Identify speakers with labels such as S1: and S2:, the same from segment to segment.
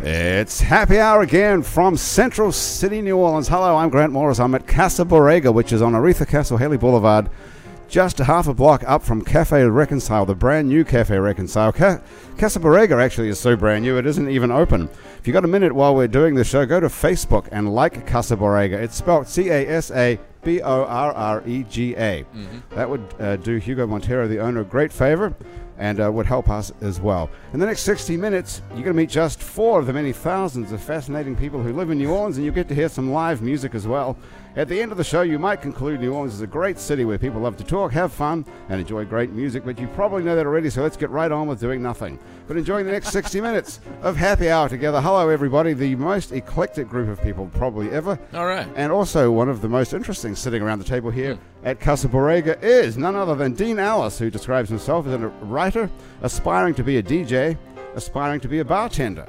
S1: It's happy hour again from Central City, New Orleans. Hello, I'm Grant Morris. I'm at Casa Borrega, which is on Aretha Castle Haley Boulevard, just a half a block up from Cafe Reconcile, the brand new Cafe Reconcile. Ca- Casa Borrega actually is so brand new, it isn't even open. If you've got a minute while we're doing the show, go to Facebook and like Casa Borrega. It's spelled C A S A B O R R E G A. That would uh, do Hugo Montero, the owner, a great favor and uh, would help us as well. In the next 60 minutes, you're going to meet just four of the many thousands of fascinating people who live in New Orleans, and you'll get to hear some live music as well. At the end of the show, you might conclude New Orleans is a great city where people love to talk, have fun, and enjoy great music, but you probably know that already, so let's get right on with doing nothing. But enjoying the next 60 minutes of happy hour together. Hello, everybody, the most eclectic group of people probably ever.
S2: All right.
S1: And also, one of the most interesting sitting around the table here
S3: Hmm.
S1: at Casa Borrega is none other than Dean Alice, who describes himself as a writer, aspiring to be a DJ, aspiring to be a bartender.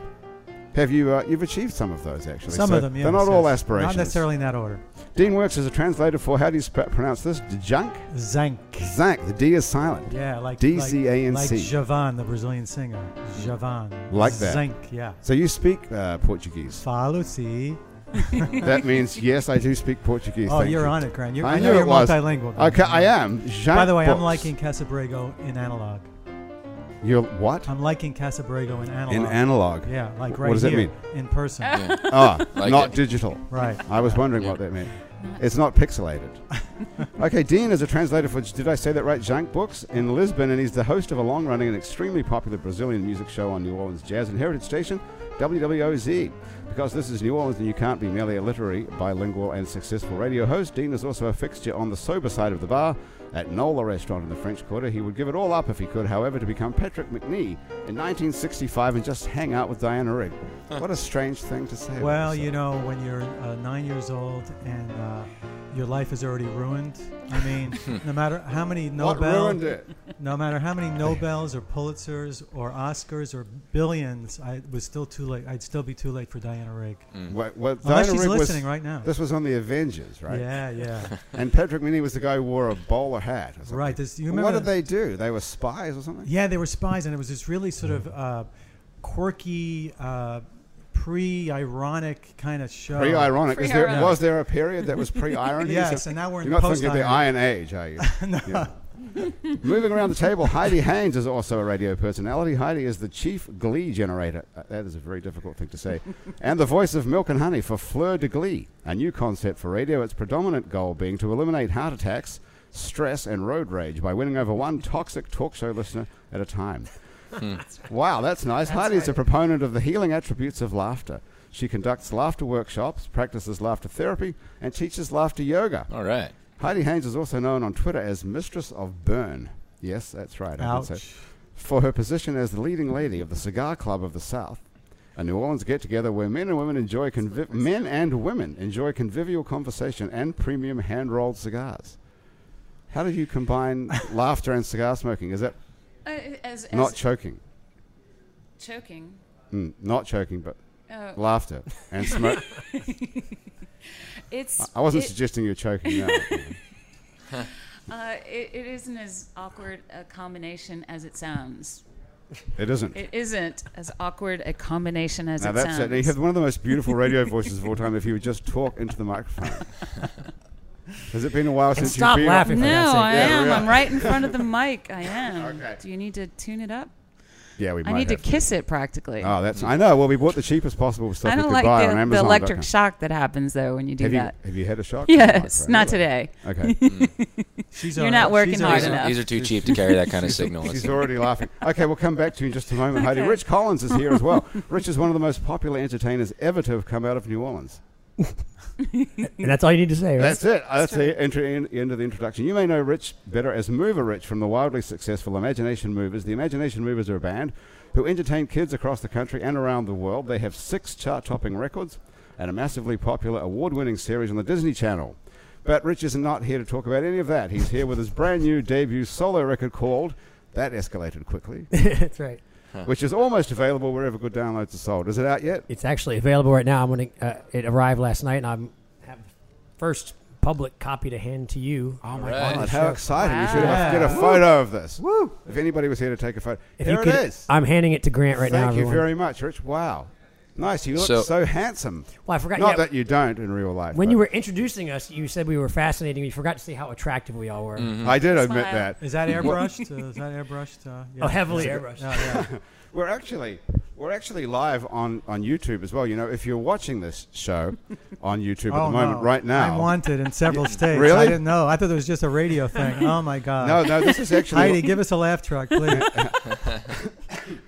S1: Have you uh, you've achieved some of those actually?
S3: Some
S1: so
S3: of them, yes.
S1: They're not all
S3: yes.
S1: aspirations.
S3: Not necessarily in that order.
S1: Dean works as a translator for how do you sp- pronounce this? Junk.
S3: Zank.
S1: Zank. The D is silent.
S3: Yeah, like
S1: D
S3: like-
S1: C A N
S3: Like
S1: C.
S3: Javan, the Brazilian singer. Javan.
S1: Like that.
S3: Zank, yeah.
S1: So you speak uh, Portuguese.
S3: Falo si.
S1: that means yes, I do speak Portuguese.
S3: Oh,
S1: thank
S3: you're
S1: you.
S3: on it, Grant. You're,
S1: I
S3: I
S1: knew
S3: know you're
S1: it was.
S3: multilingual. Grant.
S1: Okay, I am.
S3: By the way,
S1: Jacques
S3: I'm liking Casabrego in analog.
S1: You're what?
S3: I'm liking Casabrego in analog.
S1: In analog.
S3: Yeah, like
S1: What
S3: right
S1: does that
S3: here.
S1: mean?
S3: In person.
S1: Ah,
S2: Like
S1: not
S2: it.
S1: digital.
S3: Right.
S1: I was wondering what that meant. It's not pixelated. okay, Dean is a translator for, did I say that right, Junk Books in Lisbon, and he's the host of a long running and extremely popular Brazilian music show on New Orleans Jazz and Heritage Station, WWOZ. Because this is New Orleans and you can't be merely a literary, bilingual, and successful radio host, Dean is also a fixture on the sober side of the bar at Nola Restaurant in the French Quarter. He would give it all up if he could, however, to become Patrick McNee in 1965 and just hang out with Diana Rigg. What a strange thing to say. about
S3: Well,
S1: yourself.
S3: you know, when you're uh, nine years old and uh, your life is already ruined. I mean, no matter how many
S1: What
S3: Nobel,
S1: ruined it?
S3: no matter how many Nobels or Pulitzers or Oscars or billions, I was still too late. I'd still be too late for Diana Rigg.
S2: Mm-hmm. Mm.
S1: Well, well,
S3: Unless
S1: Diana
S3: she's
S1: Rigg was-
S3: listening right now.
S1: This was on the Avengers, right?
S3: Yeah, yeah,
S1: And Patrick Minnie was the guy who wore a bowler hat. Or something.
S3: right. This, you
S1: Well,
S3: remember?
S1: what did they do? They were spies or something?
S3: Yeah, they were spies, and it was this really sort of uh, quirky, uh, pre-ironic kind of show.
S1: Pre-ironic. Is there,
S4: Pre-ironic.
S1: was there a period that was pre-irony?
S3: Yes,
S1: So
S3: and now we're in
S1: You're not
S3: post
S1: thinking of the Iron Age, are you? Yeah. Moving around the table, Heidi Haynes is also a radio personality. Heidi is the chief glee generator. Uh, That is a very difficult thing to say. and the voice of Milk and Honey for Fleur de Glee, a new concept for radio, its predominant goal being to eliminate heart attacks, stress, and road rage by winning over one toxic talk show listener at a time. Wow, that's nice. Heidi is a proponent of the healing attributes of laughter. She conducts laughter workshops, practices laughter therapy, and teaches laughter yoga.
S2: All right.
S1: Heidi Haynes is also known on Twitter as Mistress of Burn. Yes, that's right. I did say-
S3: Ouch.
S1: For her position as the leading lady of the Cigar Club of the South, a New Orleans get-together where men and women enjoy convi- men and women enjoy convivial conversation and premium hand-rolled cigars. How do you combine laughter and cigar smoking? Is that
S4: Uh, as, as
S1: not choking?
S4: choking.
S1: Mm, not choking, but
S4: Oh,
S1: laughter and smoke.
S4: it's.
S1: I wasn't
S4: It,
S1: suggesting you're choking. No.
S4: uh, it, it isn't as awkward a combination as it sounds.
S1: it isn't.
S4: It isn't as awkward a combination as
S1: now
S4: it
S1: that's
S4: sounds.
S1: it. You have one of the most beautiful radio voices of all time if you would just talk into the microphone. Has it been a while since
S3: stop
S1: you've been
S3: laughing.
S4: no,
S3: That's it.
S4: I
S1: Yeah,
S4: am.
S1: we are.
S4: I'm right in front of the mic. I am.
S1: Okay.
S4: Do you need to tune it up?
S1: Yeah, we might
S4: I need to
S1: have
S4: kiss it practically.
S1: Oh, that's. I know. Well, we bought the cheapest possible stuff
S4: I
S1: we
S4: don't
S1: could
S4: like
S1: buy on
S4: the, the
S1: Amazon.
S4: electric shock that happens though when you do
S1: Have you
S4: that.
S1: have you had a shock?
S4: yes,
S1: Microphone,
S4: not
S1: really?
S4: today.
S1: Okay,
S3: She's
S4: You're
S3: all
S4: not
S3: right.
S4: working
S3: She's all
S4: hard
S2: These
S3: right.
S2: are,
S4: enough.
S2: these are too cheap to carry that kind of signal. It's-
S1: she's already laughing. Okay, we'll come back to you in just a moment, Heidi. Rich Collins is here as well. Rich is one of the most popular entertainers ever to have come out of New Orleans.
S5: And that's all you need to say, right?
S1: That's it. That's the intro, in, end of the introduction. You may know Rich better as Mover Rich from the wildly successful Imagination Movers. The Imagination Movers are a band who entertain kids across the country and around the world. They have six chart topping records and a massively popular award winning series on the Disney Channel. But Rich is not here to talk about any of that. He's here with his brand new debut solo record called That Escalated Quickly,
S5: that's right.
S1: which is almost available wherever good downloads are sold. Is it out yet?
S5: It's actually available right now. I'm gonna. Uh, it arrived last night, and I'm have the first public copy to hand to you.
S1: Oh my
S2: Right.
S1: God! How exciting! You should
S3: Wow.
S1: have get a
S3: Woo.
S1: photo of this. Woo! If anybody was here to take a photo,
S5: If
S1: here
S5: you
S1: it
S5: could,
S1: is.
S5: I'm handing it to Grant right
S1: Thank
S5: now.
S1: you
S5: everyone.
S1: very much, Rich. Wow, Nice. You look so,
S2: So-
S1: handsome.
S5: Well, I forgot.
S1: Not
S5: yeah,
S1: that you don't in real life.
S5: when
S1: but
S5: you were introducing us, you said we were fascinating. You forgot to see how attractive we all were.
S1: I did admit
S4: Mm. Smile.
S1: that.
S3: Is that airbrushed? uh, is that airbrushed? Uh, yeah.
S5: Oh, heavily
S3: Yeah.
S5: airbrushed.
S3: Yeah, yeah.
S1: We're actually we're actually live on, on YouTube as well. You know, if you're watching this show on YouTube at
S3: Oh,
S1: the moment
S3: no.
S1: right now.
S3: I'm wanted in several states.
S1: Really?
S3: I didn't know. I thought it was just a radio thing. Oh my God.
S1: no, no, this is
S3: Heidi,
S1: actually
S3: give us a laugh track, please.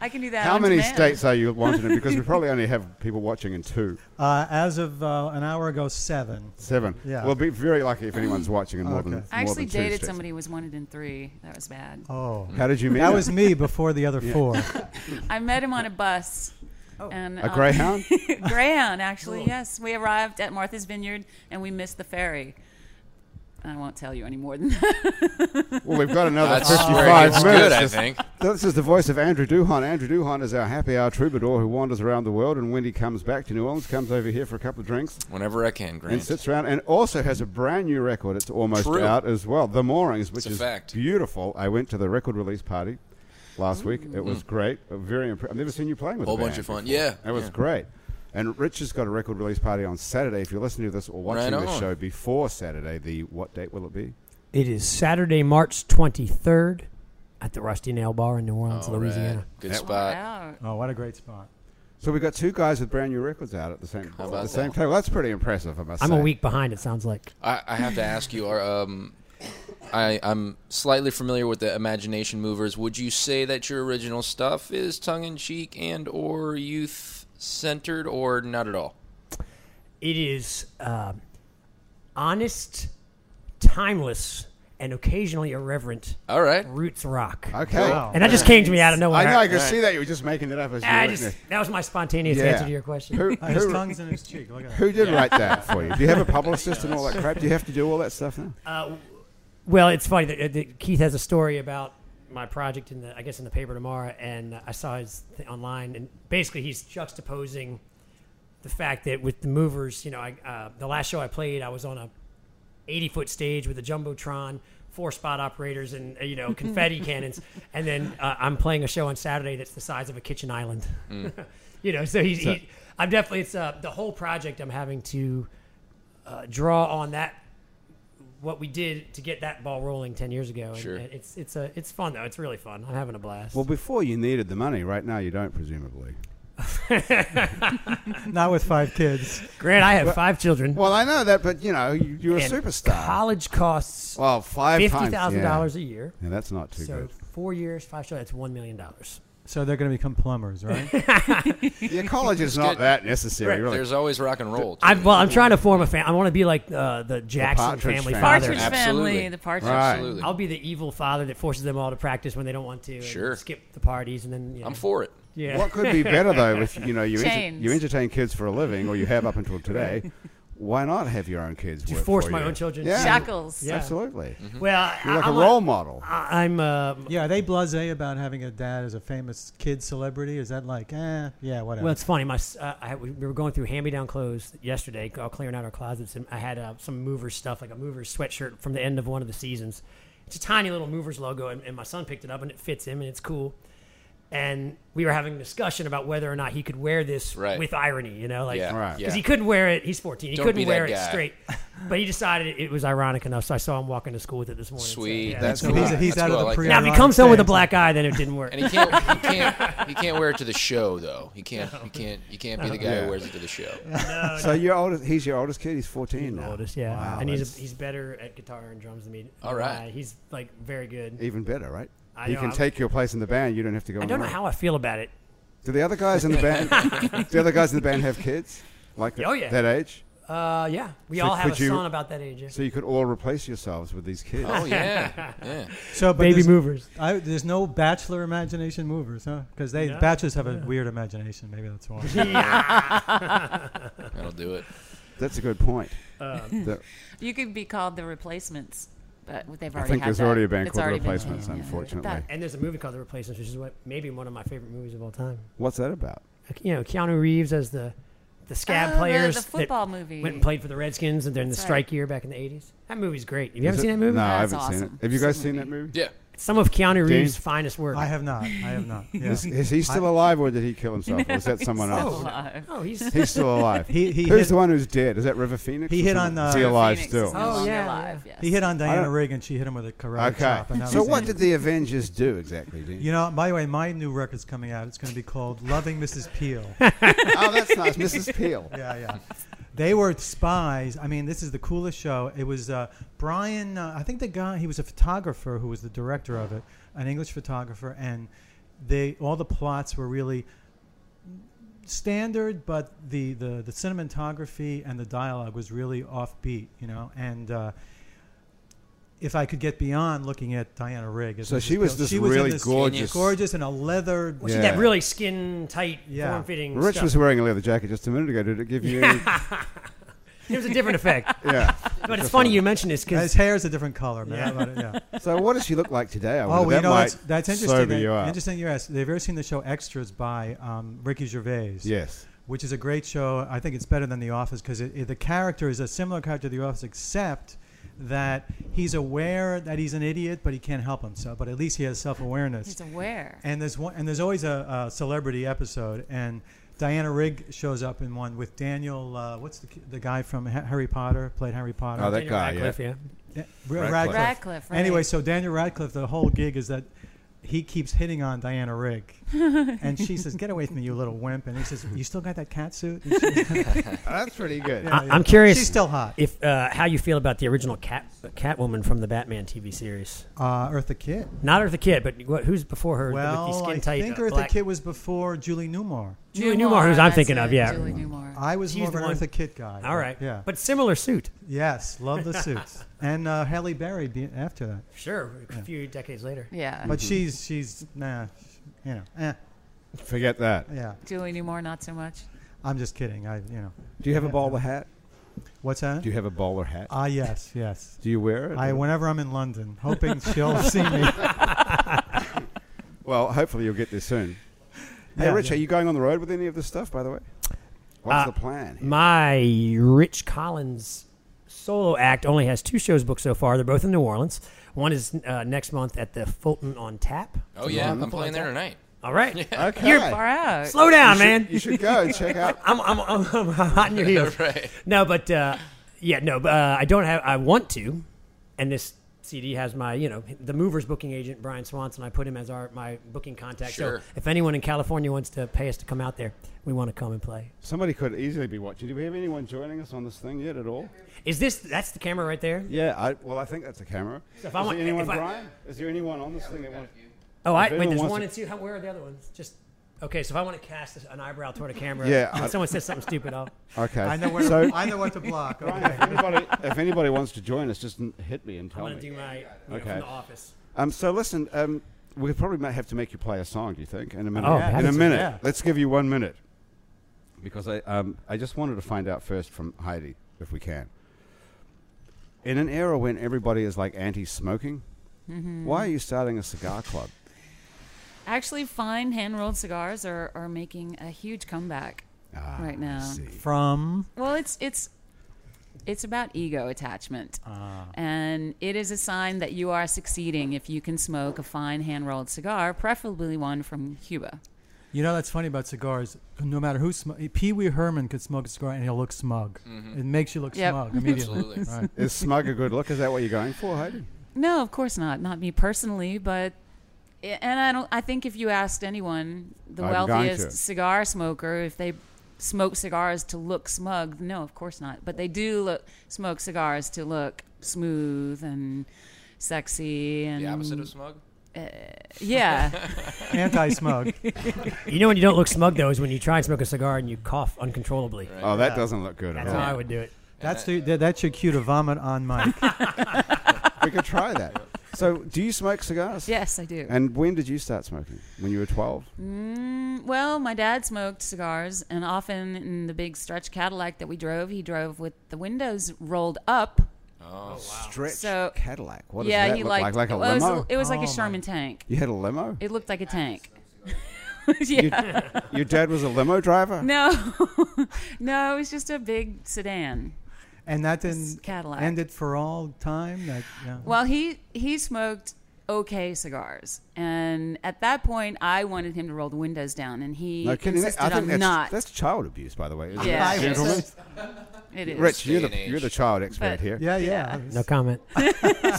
S4: I can do that.
S1: how
S4: on
S1: many
S4: demand.
S1: states are you wanted in? Because we probably only have people watching in two,
S3: Uh, as of uh, an hour ago, seven.
S1: seven.
S3: Yeah.
S1: We'll be very lucky if anyone's watching in more than
S3: Okay.
S4: I
S1: more
S4: actually
S1: than two
S4: dated
S1: states.
S4: somebody who was wanted in three. That was bad.
S3: Oh.
S1: Mm. How did you meet?
S3: That
S1: her?
S3: was me before the other four.
S4: I met him on a bus.
S5: Oh.
S4: And,
S1: a
S4: um,
S1: greyhound.
S4: Greyhound, actually, yes. We arrived at Martha's Vineyard and we missed the ferry. I won't tell you any more than that.
S1: Well, we've got another
S2: That's where it
S1: 55
S2: gets
S1: minutes.
S2: good, I
S1: This-
S2: think.
S1: This is the voice of Andrew Duhon. Andrew Duhon is our happy hour troubadour who wanders around the world, and when he comes back to New Orleans, comes over here for a couple of drinks
S2: Whenever I can,
S1: and
S2: Grant.
S1: sits around, and also has a brand new record. It's almost
S2: True.
S1: out as well. The Moorings, which
S2: It's a
S1: is
S2: fact.
S1: beautiful. I went to the record release party last week. It was great. Uh, Very impressed. I've never seen you playing with
S2: Mm. Whole
S1: a band
S2: bunch of fun.
S1: before.
S2: Yeah,
S1: It was
S2: yeah.
S1: great. And Rich has got a record release party on Saturday. If you're listening to this or watching
S2: Right
S1: this
S2: on.
S1: show before Saturday, the what date will it be?
S5: It is Saturday, March 23rd at the Rusty Nail Bar in New Orleans,
S2: All right.
S5: Louisiana.
S2: Good spot.
S4: Wow.
S3: Oh, what a great spot.
S1: So we got two guys with brand new records out at the same
S2: How
S1: at
S2: about
S1: the same
S2: that?
S1: table. That's pretty impressive, I must
S5: I'm
S1: say.
S5: a week behind, it sounds like.
S2: I, I have to ask you, are um, I, I'm slightly familiar with the imagination movers. Would you say that your original stuff is tongue in cheek and or youth centered, or not at all?
S5: It is um honest, timeless, and occasionally irreverent
S2: All right,
S5: roots rock.
S1: Okay.
S3: Wow.
S5: And that just came to me out of
S1: I
S5: nowhere.
S1: know. I could see that you were just making it up as you
S5: I
S1: were
S5: just-
S1: writing
S5: that was my spontaneous
S1: Yeah.
S5: answer to your question.
S1: it. Who,
S3: Uh, His
S1: who,
S3: tongue's in his cheek. Look at that.
S1: who did write that for you? Do you have a publicist and all that crap? Do you have to do all that stuff now?
S5: Uh, Well, it's funny that, uh, that Keith has a story about my project in the, I guess, in the paper tomorrow, and I saw his th- online, and basically he's juxtaposing the fact that with the movers, you know, I, uh, the last show I played, I was on a 80 foot stage with a jumbotron, four spot operators, and uh, you know, confetti cannons, and then uh, I'm playing a show on Saturday that's the size of a kitchen island.
S1: Mm.
S5: you know, so he's, he, I'm definitely it's uh, the whole project. I'm having to uh, draw on that what we did to get that ball rolling 10 years ago and,
S2: Sure.
S5: and it's it's a it's fun though it's really fun i'm having a blast
S1: Well, before you needed the money. Right now, you don't, presumably.
S3: Not with five kids.
S5: grant i have five children
S1: Well, I know that, but you know, you, you're a
S5: and
S1: superstar.
S5: college costs
S1: well, five times.
S5: $50000
S1: yeah.
S5: a year
S1: Yeah, that's not too
S5: so four years five shows that's $1 million
S3: So they're going to become plumbers, right?
S1: good. Your college is not
S2: good.
S1: that necessary, really.
S2: there's always rock and roll. too.
S5: I, well, I'm trying to form a family. I want to be like uh, the Jackson
S1: Partridge
S5: family
S1: Family.
S5: father.
S4: Partridge
S2: Absolutely.
S4: Family, the Partridge.
S1: Right.
S2: Absolutely,
S5: I'll be the evil father that forces them all to practice when they don't want to. and
S2: Sure.
S5: Skip the parties and then. You know,
S2: I'm for it.
S5: Yeah.
S1: What could be better though if you know you enter,
S4: Chains.
S1: you entertain kids for a living, or you have up until today? Why not have your own kids?
S5: To
S1: work
S5: force
S1: for
S5: my
S1: you?
S5: own children
S1: Yeah.
S5: to-
S4: Shackles.
S5: Yeah.
S1: Absolutely.
S5: Well,
S1: You're like
S5: I,
S1: a
S5: I'm
S1: role model.
S5: I, I'm. um
S3: yeah, are they blasé about having a dad as a famous kid celebrity? Is that like, eh, yeah, whatever.
S5: Well, it's funny. My s- uh, I, we were going through hand-me-down clothes yesterday, all clearing out our closets, and I had uh, some movers stuff, like a movers sweatshirt from the end of one of the seasons. It's a tiny little movers logo, and, and my son picked it up, and it fits him, and it's cool. And we were having a discussion about whether or not he could wear this
S2: Right.
S5: with irony, you know, like
S2: Yeah,
S1: Right.
S5: because
S2: yeah.
S5: he couldn't wear it. He's 14. He
S2: Don't
S5: couldn't
S2: be that
S5: wear it
S2: guy.
S5: straight, but he decided it was ironic enough. So I saw him walking to school with it this morning. so,
S2: Sweet.
S5: yeah.
S1: That's
S3: so he's,
S1: cool.
S3: he's
S2: That's
S3: out
S2: cool.
S3: of
S2: I
S3: the
S2: like
S3: pre.
S2: that.
S5: now if he comes home with a black eye, then it didn't work.
S2: And he can't, he can't, he can't wear it to the show though. He can't, he can't, you can't be the guy
S1: Yeah.
S2: who wears it to the show.
S1: So your oldest, he's your oldest kid. He's fourteen
S5: He's the
S1: now.
S5: oldest, yeah.
S1: Wow,
S5: and he's
S1: that's
S5: a, he's better at guitar and drums than me.
S2: All right.
S5: Uh, he's like very good.
S1: even better, right?
S5: I
S1: he
S5: know,
S1: can
S5: I'm-
S1: take your place in the band. You don't have to go.
S5: I
S1: on
S5: don't
S1: the
S5: know
S1: road.
S5: how I feel about it.
S1: Do the other guys in the band? the other guys in the band have kids like th-
S5: Oh, yeah.
S1: that age?
S5: Uh, yeah, we
S1: So
S5: all have a
S1: could you-
S5: son about that age. Yeah.
S1: So you could all replace yourselves with these kids.
S2: Oh yeah, yeah.
S3: So, but
S5: Baby
S3: there's,
S5: movers.
S3: I, there's no bachelor imagination movers, huh? Because they
S5: No.
S3: bachelors have a weird imagination. Maybe that's why.
S2: That'll do it.
S1: That's a good point.
S5: Um,
S1: The-
S4: You could be called the replacements, but they've
S1: I
S4: already
S1: think
S4: had
S1: there's
S4: that.
S1: already a band
S4: It's
S1: called The
S4: already been-
S1: Replacements,
S4: yeah.
S1: unfortunately.
S5: And there's a movie called The Replacements, which is what maybe one of my favorite movies of all time.
S1: What's that about?
S5: Like, You know, Keanu Reeves as the the scab
S4: Oh, the-
S5: players
S4: the
S5: that
S4: football movie.
S5: went and played for the Redskins and during the
S4: That's right.
S5: strike year back in the '80s. That movie's great. You
S1: Is
S5: haven't
S1: it-
S5: seen that movie?
S1: No, I
S4: That's
S1: haven't seen
S4: awesome.
S1: it. Have you guys
S4: It's a
S1: seen that
S4: movie.
S1: movie?
S2: Yeah.
S5: some of Keanu Reeves' finest work.
S3: I have not. I have not. Yeah.
S1: Is, is he still alive, or did he kill himself? or is that someone
S4: He's
S1: else?
S4: still alive.
S5: oh, he's
S1: He's still alive.
S3: He- he
S1: Who's
S3: hit-
S1: the one who's dead? Is that River Phoenix?
S3: He
S1: or
S3: hit
S1: someone?
S3: on,
S1: Is he
S3: uh,
S1: alive
S4: Phoenix
S1: still?
S4: is no
S5: Oh,
S4: longer
S5: yeah,
S4: alive, yes.
S3: he hit on
S1: I
S3: Diana
S1: don't-
S3: Reagan. She hit him with a karate
S1: Okay.
S3: chop. And that
S1: So
S3: was
S1: what
S3: it.
S1: did the Avengers do exactly? Dude?
S3: You know, by the way, my new record's coming out. It's going to be called "Loving Mrs. Peel."
S1: oh, that's nice, Mrs. Peel.
S3: yeah, yeah. They were spies. I mean, this is the coolest show. It was uh, Brian. Uh, I think the guy he was a photographer who was the director of it, an English photographer, and they all the plots were really standard, but the the the cinematography and the dialogue was really offbeat. You know, and. Uh, if I could get beyond looking at Diana Rigg, as
S1: So
S3: Mrs.
S1: she was
S3: Peel,
S1: this
S3: she was in
S1: really
S3: this
S1: gorgeous-
S3: gorgeous in a leather.
S5: was
S1: Yeah.
S5: that really skin tight,
S3: Yeah.
S5: form fitting.
S1: Rich
S5: stuff.
S1: was wearing a leather jacket just a minute ago. Did it give you? Any,
S5: It was a different effect,
S1: yeah.
S5: but it's funny you mentioned this
S3: His
S5: because
S3: hair is a different color, man.
S5: Yeah.
S3: How about it? Yeah.
S1: So what does she look like today? I
S3: Oh,
S1: wonder.
S3: well,
S1: that
S3: you know
S1: might
S3: that's, that's interesting.
S1: Sober
S3: that-
S1: you up.
S3: Interesting you asked. Have you ever seen the show Extras by um, Ricky Gervais?
S1: Yes.
S3: Which is a great show. I think it's better than The Office because it, it- the character is a similar character to The Office, except that he's aware that he's an idiot, but he can't help himself. But at least he has self awareness.
S4: He's aware.
S3: And there's one, and there's always a, a celebrity episode, and Diana Rigg shows up in one with Daniel. Uh, what's the ki- the guy from Ha- Harry Potter? Played Harry Potter.
S1: Oh, that
S5: Daniel
S1: guy, yeah.
S5: Radcliffe, yeah.
S3: Yeah, Ra-
S1: Radcliffe.
S3: Radcliffe.
S4: Radcliffe, right.
S3: Anyway, so Daniel Radcliffe, the whole gig is that he keeps hitting on Diana Rigg, and she says, "Get away from me, you little wimp!" And he says, "You still got that cat suit?" And she-
S1: That's pretty good.
S5: I- I'm curious-
S3: She's still hot.
S5: If uh, how you feel about the original Cat Catwoman from the Batman TV series?
S3: Uh, Eartha Kitt.
S5: Not Eartha Kitt, but what, who's before her? with the
S3: Well,
S5: skin
S3: I
S5: tight,
S3: think
S5: uh,
S3: Eartha
S5: black-
S3: Kitt was before Julie Newmar.
S5: Julie Newmar, who's I'm
S4: that's
S5: thinking
S4: it,
S5: of, yeah.
S4: Julie
S1: Uh,
S4: Newmar.
S3: I was
S5: She's
S3: more of
S5: the
S3: an
S5: one-
S3: Eartha Kitt guy.
S5: All right,
S3: Yeah.
S5: but similar suit.
S3: yes, love the suits, and uh, Halle Berry be- after that.
S5: Sure, a few decades later.
S4: Yeah.
S3: But
S5: Mm-hmm.
S3: she's she's nah, you know, eh,
S1: Forget that.
S3: yeah.
S4: Julie Newmar, not so much.
S3: I'm just kidding. I you know,
S1: Do you have a bowler hat?
S3: what's that?
S1: Do you have a bowler hat?
S3: Ah, yes, yes.
S1: Do you wear it?
S3: I whenever I'm in London, hoping she'll see me.
S1: Well, hopefully you'll get this soon. Hey,
S3: Yeah,
S1: Rich,
S3: yeah.
S1: are you going on the road with any of this stuff, by the way? What's
S5: Uh,
S1: the plan? here?
S5: My Rich Collins solo act only has two shows booked so far. They're both in New Orleans. One is uh, next month at the Fulton on Tap.
S2: Oh yeah, I'm playing there tonight.
S5: All right.
S1: okay.
S4: Far out.
S5: Slow down,
S1: You should-
S5: man.
S1: You should go and check out.
S5: I'm, I'm, I'm, I'm hot in your heels.
S2: right.
S5: No, but uh, yeah, no, but, uh, I don't have. I want to, and this CD has my, you know, the movers booking agent Brian Swanson. I put him as our my booking contact.
S2: Sure.
S5: So if anyone in California wants to pay us to come out there, we want to come and play.
S1: Somebody could easily be watching. Do we have anyone joining us on this thing yet at all?
S5: Is this that's the camera right there?
S1: Yeah, I, well, I think that's a camera. Is
S5: If I
S1: there
S5: want-
S1: anyone,
S5: if I-
S1: Brian? Is there anyone on this thing that wants?
S5: Oh, I,
S1: anyone
S5: wait. There's
S1: wants
S5: one
S1: to-
S5: and two. How, where are the other ones? Just okay. So if I want to cast this- an eyebrow toward a camera,
S1: Yeah,
S5: and
S1: I-
S5: someone says something stupid, I'll.
S1: Okay.
S3: I know where
S1: So,
S3: to, I know what to block.
S1: Brian,
S3: Okay.
S1: if anybody, if anybody wants to join us, just n- hit me and
S5: I
S1: tell
S5: want to
S1: me.
S5: do my you know,
S1: Okay.
S5: from the office.
S1: Um, so listen, um, we probably might have to make you play a song. Do you think in a minute?
S5: Oh,
S3: Yeah.
S1: in a
S5: that's-
S1: minute.
S3: yeah.
S1: Let's give you one minute because I um, I just wanted to find out first from Heidi if we can. In an era when everybody is like anti-smoking,
S5: Mm-hmm.
S1: why are you starting a cigar club?
S4: Actually, fine hand rolled cigars are, are making a huge comeback
S1: Ah,
S4: right now.
S1: I see.
S3: From
S4: Well, it's it's it's about ego attachment,
S1: Ah.
S4: and it is a sign that you are succeeding if you can smoke a fine hand rolled cigar, preferably one from Cuba.
S3: you know that's funny about cigars. No matter who sm- Pee Wee Herman could smoke a cigar and he'll look smug. It makes you look
S4: Yep.
S3: smug immediately.
S2: Absolutely.
S3: Right.
S1: Is smug a good look? Is that what you're going for, Heidi?
S4: No, of course not. Not me personally, but and I don't. I think if you asked anyone, the
S1: I'm going to.
S4: wealthiest cigar smoker, if they smoke cigars to look smug, no, of course not. But they do look smoke cigars to look smooth and sexy and
S2: The
S1: Mm.
S2: opposite of smug.
S4: yeah.
S3: Anti-smug.
S5: You know when you don't look smug though is when you try and smoke a cigar and you cough uncontrollably.
S1: Oh, that doesn't look good at
S5: That's
S1: all.
S5: how I would do it.
S3: That's the, that, that's your cue to vomit on mic.
S1: we could try that. So, do you smoke cigars?
S4: yes, I do.
S1: And when did you start smoking? When you were 12?
S4: Well, my dad smoked cigars, and often in the big stretch Cadillac that we drove, he drove with the windows rolled up.
S1: Stretch
S4: So-
S1: Cadillac. What does
S4: yeah,
S1: that
S4: he
S1: look
S4: liked
S1: like? Like a
S4: well, it was,
S1: limo?
S4: It was like
S3: Oh,
S4: a
S3: my-
S4: Sherman tank.
S1: you had a limo?
S4: It looked like a tank. yeah.
S1: Your dad was a limo driver?
S4: No, no, it was just a big sedan.
S3: And that didn't
S4: Cadillac.
S3: end it for all time. That, yeah.
S4: Well, he he smoked okay cigars. And at that point, I wanted him to roll the windows down, and he
S1: No kidding.
S4: insisted
S1: I think
S4: on
S1: that's,
S4: not.
S1: that's child abuse, by the way. isn't it,
S4: Yeah.
S3: Yes.
S1: gentlemen?
S4: it is.
S1: Rich, you're
S2: Day
S1: the,
S2: and
S1: you're the
S2: age.
S1: child expert
S4: But-
S1: here.
S3: Yeah, yeah.
S5: No comment.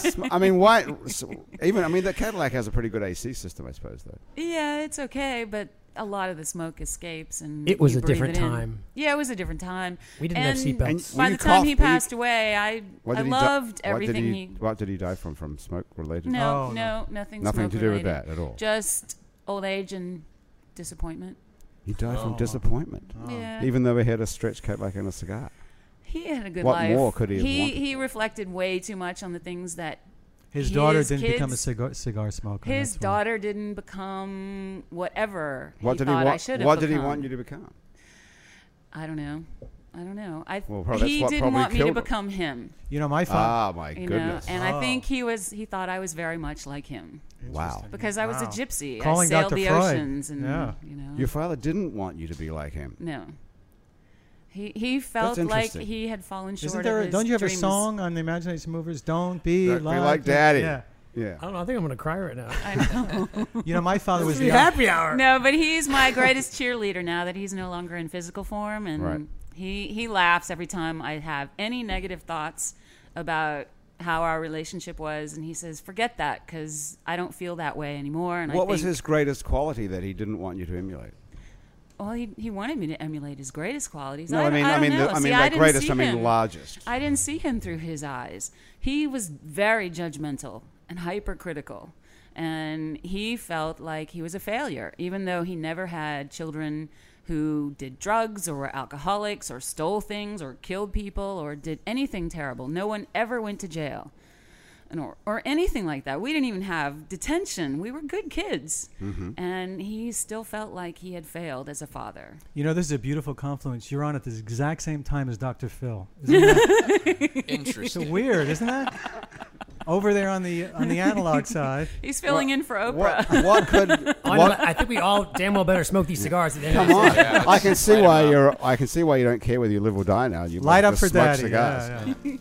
S1: Sm- I mean, why? s- Even I mean, the Cadillac has a pretty good AC system, I suppose. Though
S4: Yeah, it's okay, but a lot of the smoke escapes, and
S5: It was
S4: you
S5: a
S4: breathe
S5: different
S4: it in.
S5: time.
S4: Yeah, it was a different time.
S5: We didn't have
S4: And
S5: seatbelts.
S1: And
S4: By
S1: you
S4: the time
S1: cough- when
S4: he
S1: you-
S4: passed away, I
S1: why
S4: I
S1: did he
S4: loved
S1: di-
S4: everything
S1: Why did
S4: he.
S1: What did he die from? From smoke related?
S4: no,
S3: Oh,
S4: no, nothing.
S1: Nothing to do with
S4: smoke-related.
S1: that at all.
S4: Just old age and disappointment.
S1: He died from
S3: Oh.
S1: disappointment.
S4: Yeah.
S1: Even though he had a stretch Cadillac and a cigar.
S4: He had a good
S1: What
S4: life.
S1: more could he have
S4: he,
S1: wanted?
S4: he reflected way too much on the things that
S3: His
S4: His
S3: daughter didn't become a
S4: kids-
S3: cigar cigar smoker.
S4: his
S3: that's why.
S4: daughter didn't become. Whatever
S1: What
S4: he
S1: did he
S4: thought
S1: want?
S4: I should have
S1: what did he
S4: become.
S1: want you to become?
S4: I don't know. I don't know. I
S1: Well, probably
S4: he
S1: that's what
S4: didn't
S1: probably
S4: want me to
S1: killed him.
S4: become him.
S3: You know, my father.
S1: Ah, my
S4: You
S1: goodness.
S4: know, and
S3: Oh.
S4: I think he was. He thought I was very much like him
S1: Uh, wow.
S4: because I was a
S3: Wow.
S4: gypsy.
S3: Calling
S4: I sailed
S3: Dr.
S4: the
S3: Freud.
S4: oceans, and
S3: Yeah.
S4: you know,
S1: Your father didn't want you to be like him.
S4: no. He he felt like
S1: interesting.
S4: he had fallen short.
S3: Isn't
S4: of
S3: there? A,
S4: his
S3: don't you have
S4: dreams.
S3: a song on the Imagination Movers? Don't be
S1: Don't be
S3: like,
S1: like Daddy.
S3: Yeah.
S1: Yeah.
S5: I don't know. I think I'm going to cry right now.
S4: I know.
S3: You know, my father was
S5: It's
S3: the
S5: happy hour.
S4: no, but he's my greatest cheerleader now that he's no longer in physical form, and
S1: Right.
S4: he he laughs every time I have any negative thoughts about how our relationship was, and he says, "Forget that, because I don't feel that way anymore." And I
S1: What was
S4: think-
S1: his greatest quality that he didn't want you to emulate?
S4: Well, he, he wanted me to emulate his greatest qualities.
S1: No,
S4: I,
S1: I mean,
S4: I,
S1: I,
S4: don't
S1: mean,
S4: know.
S1: the, I
S4: See,
S1: mean,
S4: I
S1: by
S4: didn't
S1: greatest,
S4: see
S1: I mean
S4: him.
S1: largest.
S4: I didn't see him through his eyes. He was very judgmental and hypercritical, and he felt like he was a failure, even though he never had children who did drugs or were alcoholics or stole things or killed people or did anything terrible. No one ever went to jail. and- Or, or anything like that. We didn't even have detention. We were good kids. And he still felt like he had failed as a father.
S3: You know, this is a beautiful confluence. You're on at the exact same time as Dr. Phil. Isn't that so
S2: Interesting.
S3: weird? Isn't that? Over there on the on the analog side.
S4: He's filling in for Oprah.
S1: What, what could
S5: I, know,
S1: what,
S5: I think we all damn well better smoke these cigars. At the end of
S1: Come
S5: the
S1: on.
S2: Yeah,
S1: I can
S2: just
S1: see
S2: light 'em
S1: why
S2: up.
S1: you're. I can see why you don't care whether you live or die now. You like
S3: Light up
S1: to
S3: for
S1: smoke
S3: daddy.
S1: Cigars.
S3: Yeah, yeah.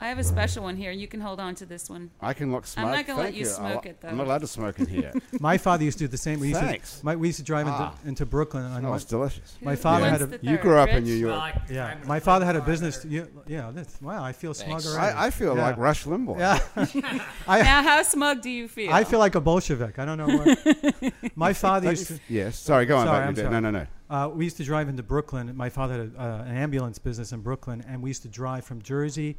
S4: I have a special one here. You can hold on to this one.
S1: I can look smug.
S4: I'm not gonna let
S1: Thank
S4: you smoke
S1: I,
S4: it, though.
S1: I'm not allowed to smoke in here.
S3: My father used to do the same. We used
S1: Thanks.
S3: to, my, we used to drive
S1: Ah.
S3: into, into Brooklyn. On
S1: oh,
S3: my,
S1: it's delicious.
S3: my
S4: Who
S3: father
S4: wants
S3: had a-
S4: the
S1: You
S4: third?
S1: grew up in
S4: Rich?
S1: New York.
S5: Well, I-
S3: yeah,
S5: I'm
S3: my
S5: gonna
S3: father
S5: cry
S3: had a
S5: right
S3: business.
S5: there.
S3: Yeah, yeah that's, wow, I feel smug
S2: Thanks.
S3: already.
S1: I, I feel
S3: Yeah.
S1: like Rush Limbaugh.
S3: Yeah.
S4: Now, how smug do you feel?
S3: I feel like a Bolshevik. I don't know what. my father used to.
S1: Yes. Sorry. Go on.
S3: Sorry,
S1: about your
S3: I'm
S1: dad.
S3: sorry.
S1: No, no, no.
S3: Uh, we used to drive into Brooklyn. My father had a, uh, an ambulance business in Brooklyn, and we used to drive from Jersey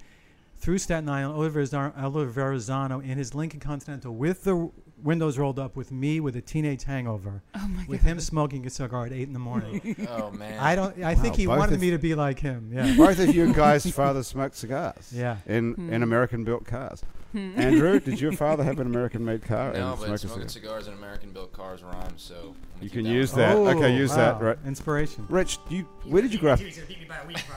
S3: through Staten Island over, to over Verrazano in his Lincoln Continental with the w- windows rolled up, with me with a teenage hangover,
S4: Oh my
S3: with
S4: god.
S3: him smoking a cigar at eight in the morning.
S2: oh man.
S3: I don't. I
S1: Wow,
S3: think he
S1: both
S3: wanted
S1: of-
S3: me to be like him. Yeah.
S1: Both of you guys' fathers smoked cigars.
S3: Yeah.
S1: In in American-built cars. Andrew, did your father have an American-made car
S2: No,
S1: and
S2: but
S1: smoke a cigar?
S2: smoking cigars and American-built cars rhyme, so I'm gonna
S1: You
S2: keep
S1: can
S2: that
S1: use
S2: one.
S1: that. okay, use that.
S3: Oh, wow.
S1: Right.
S3: Inspiration.
S1: Rich, you where did you grow up?
S5: He's gonna beat me by a week,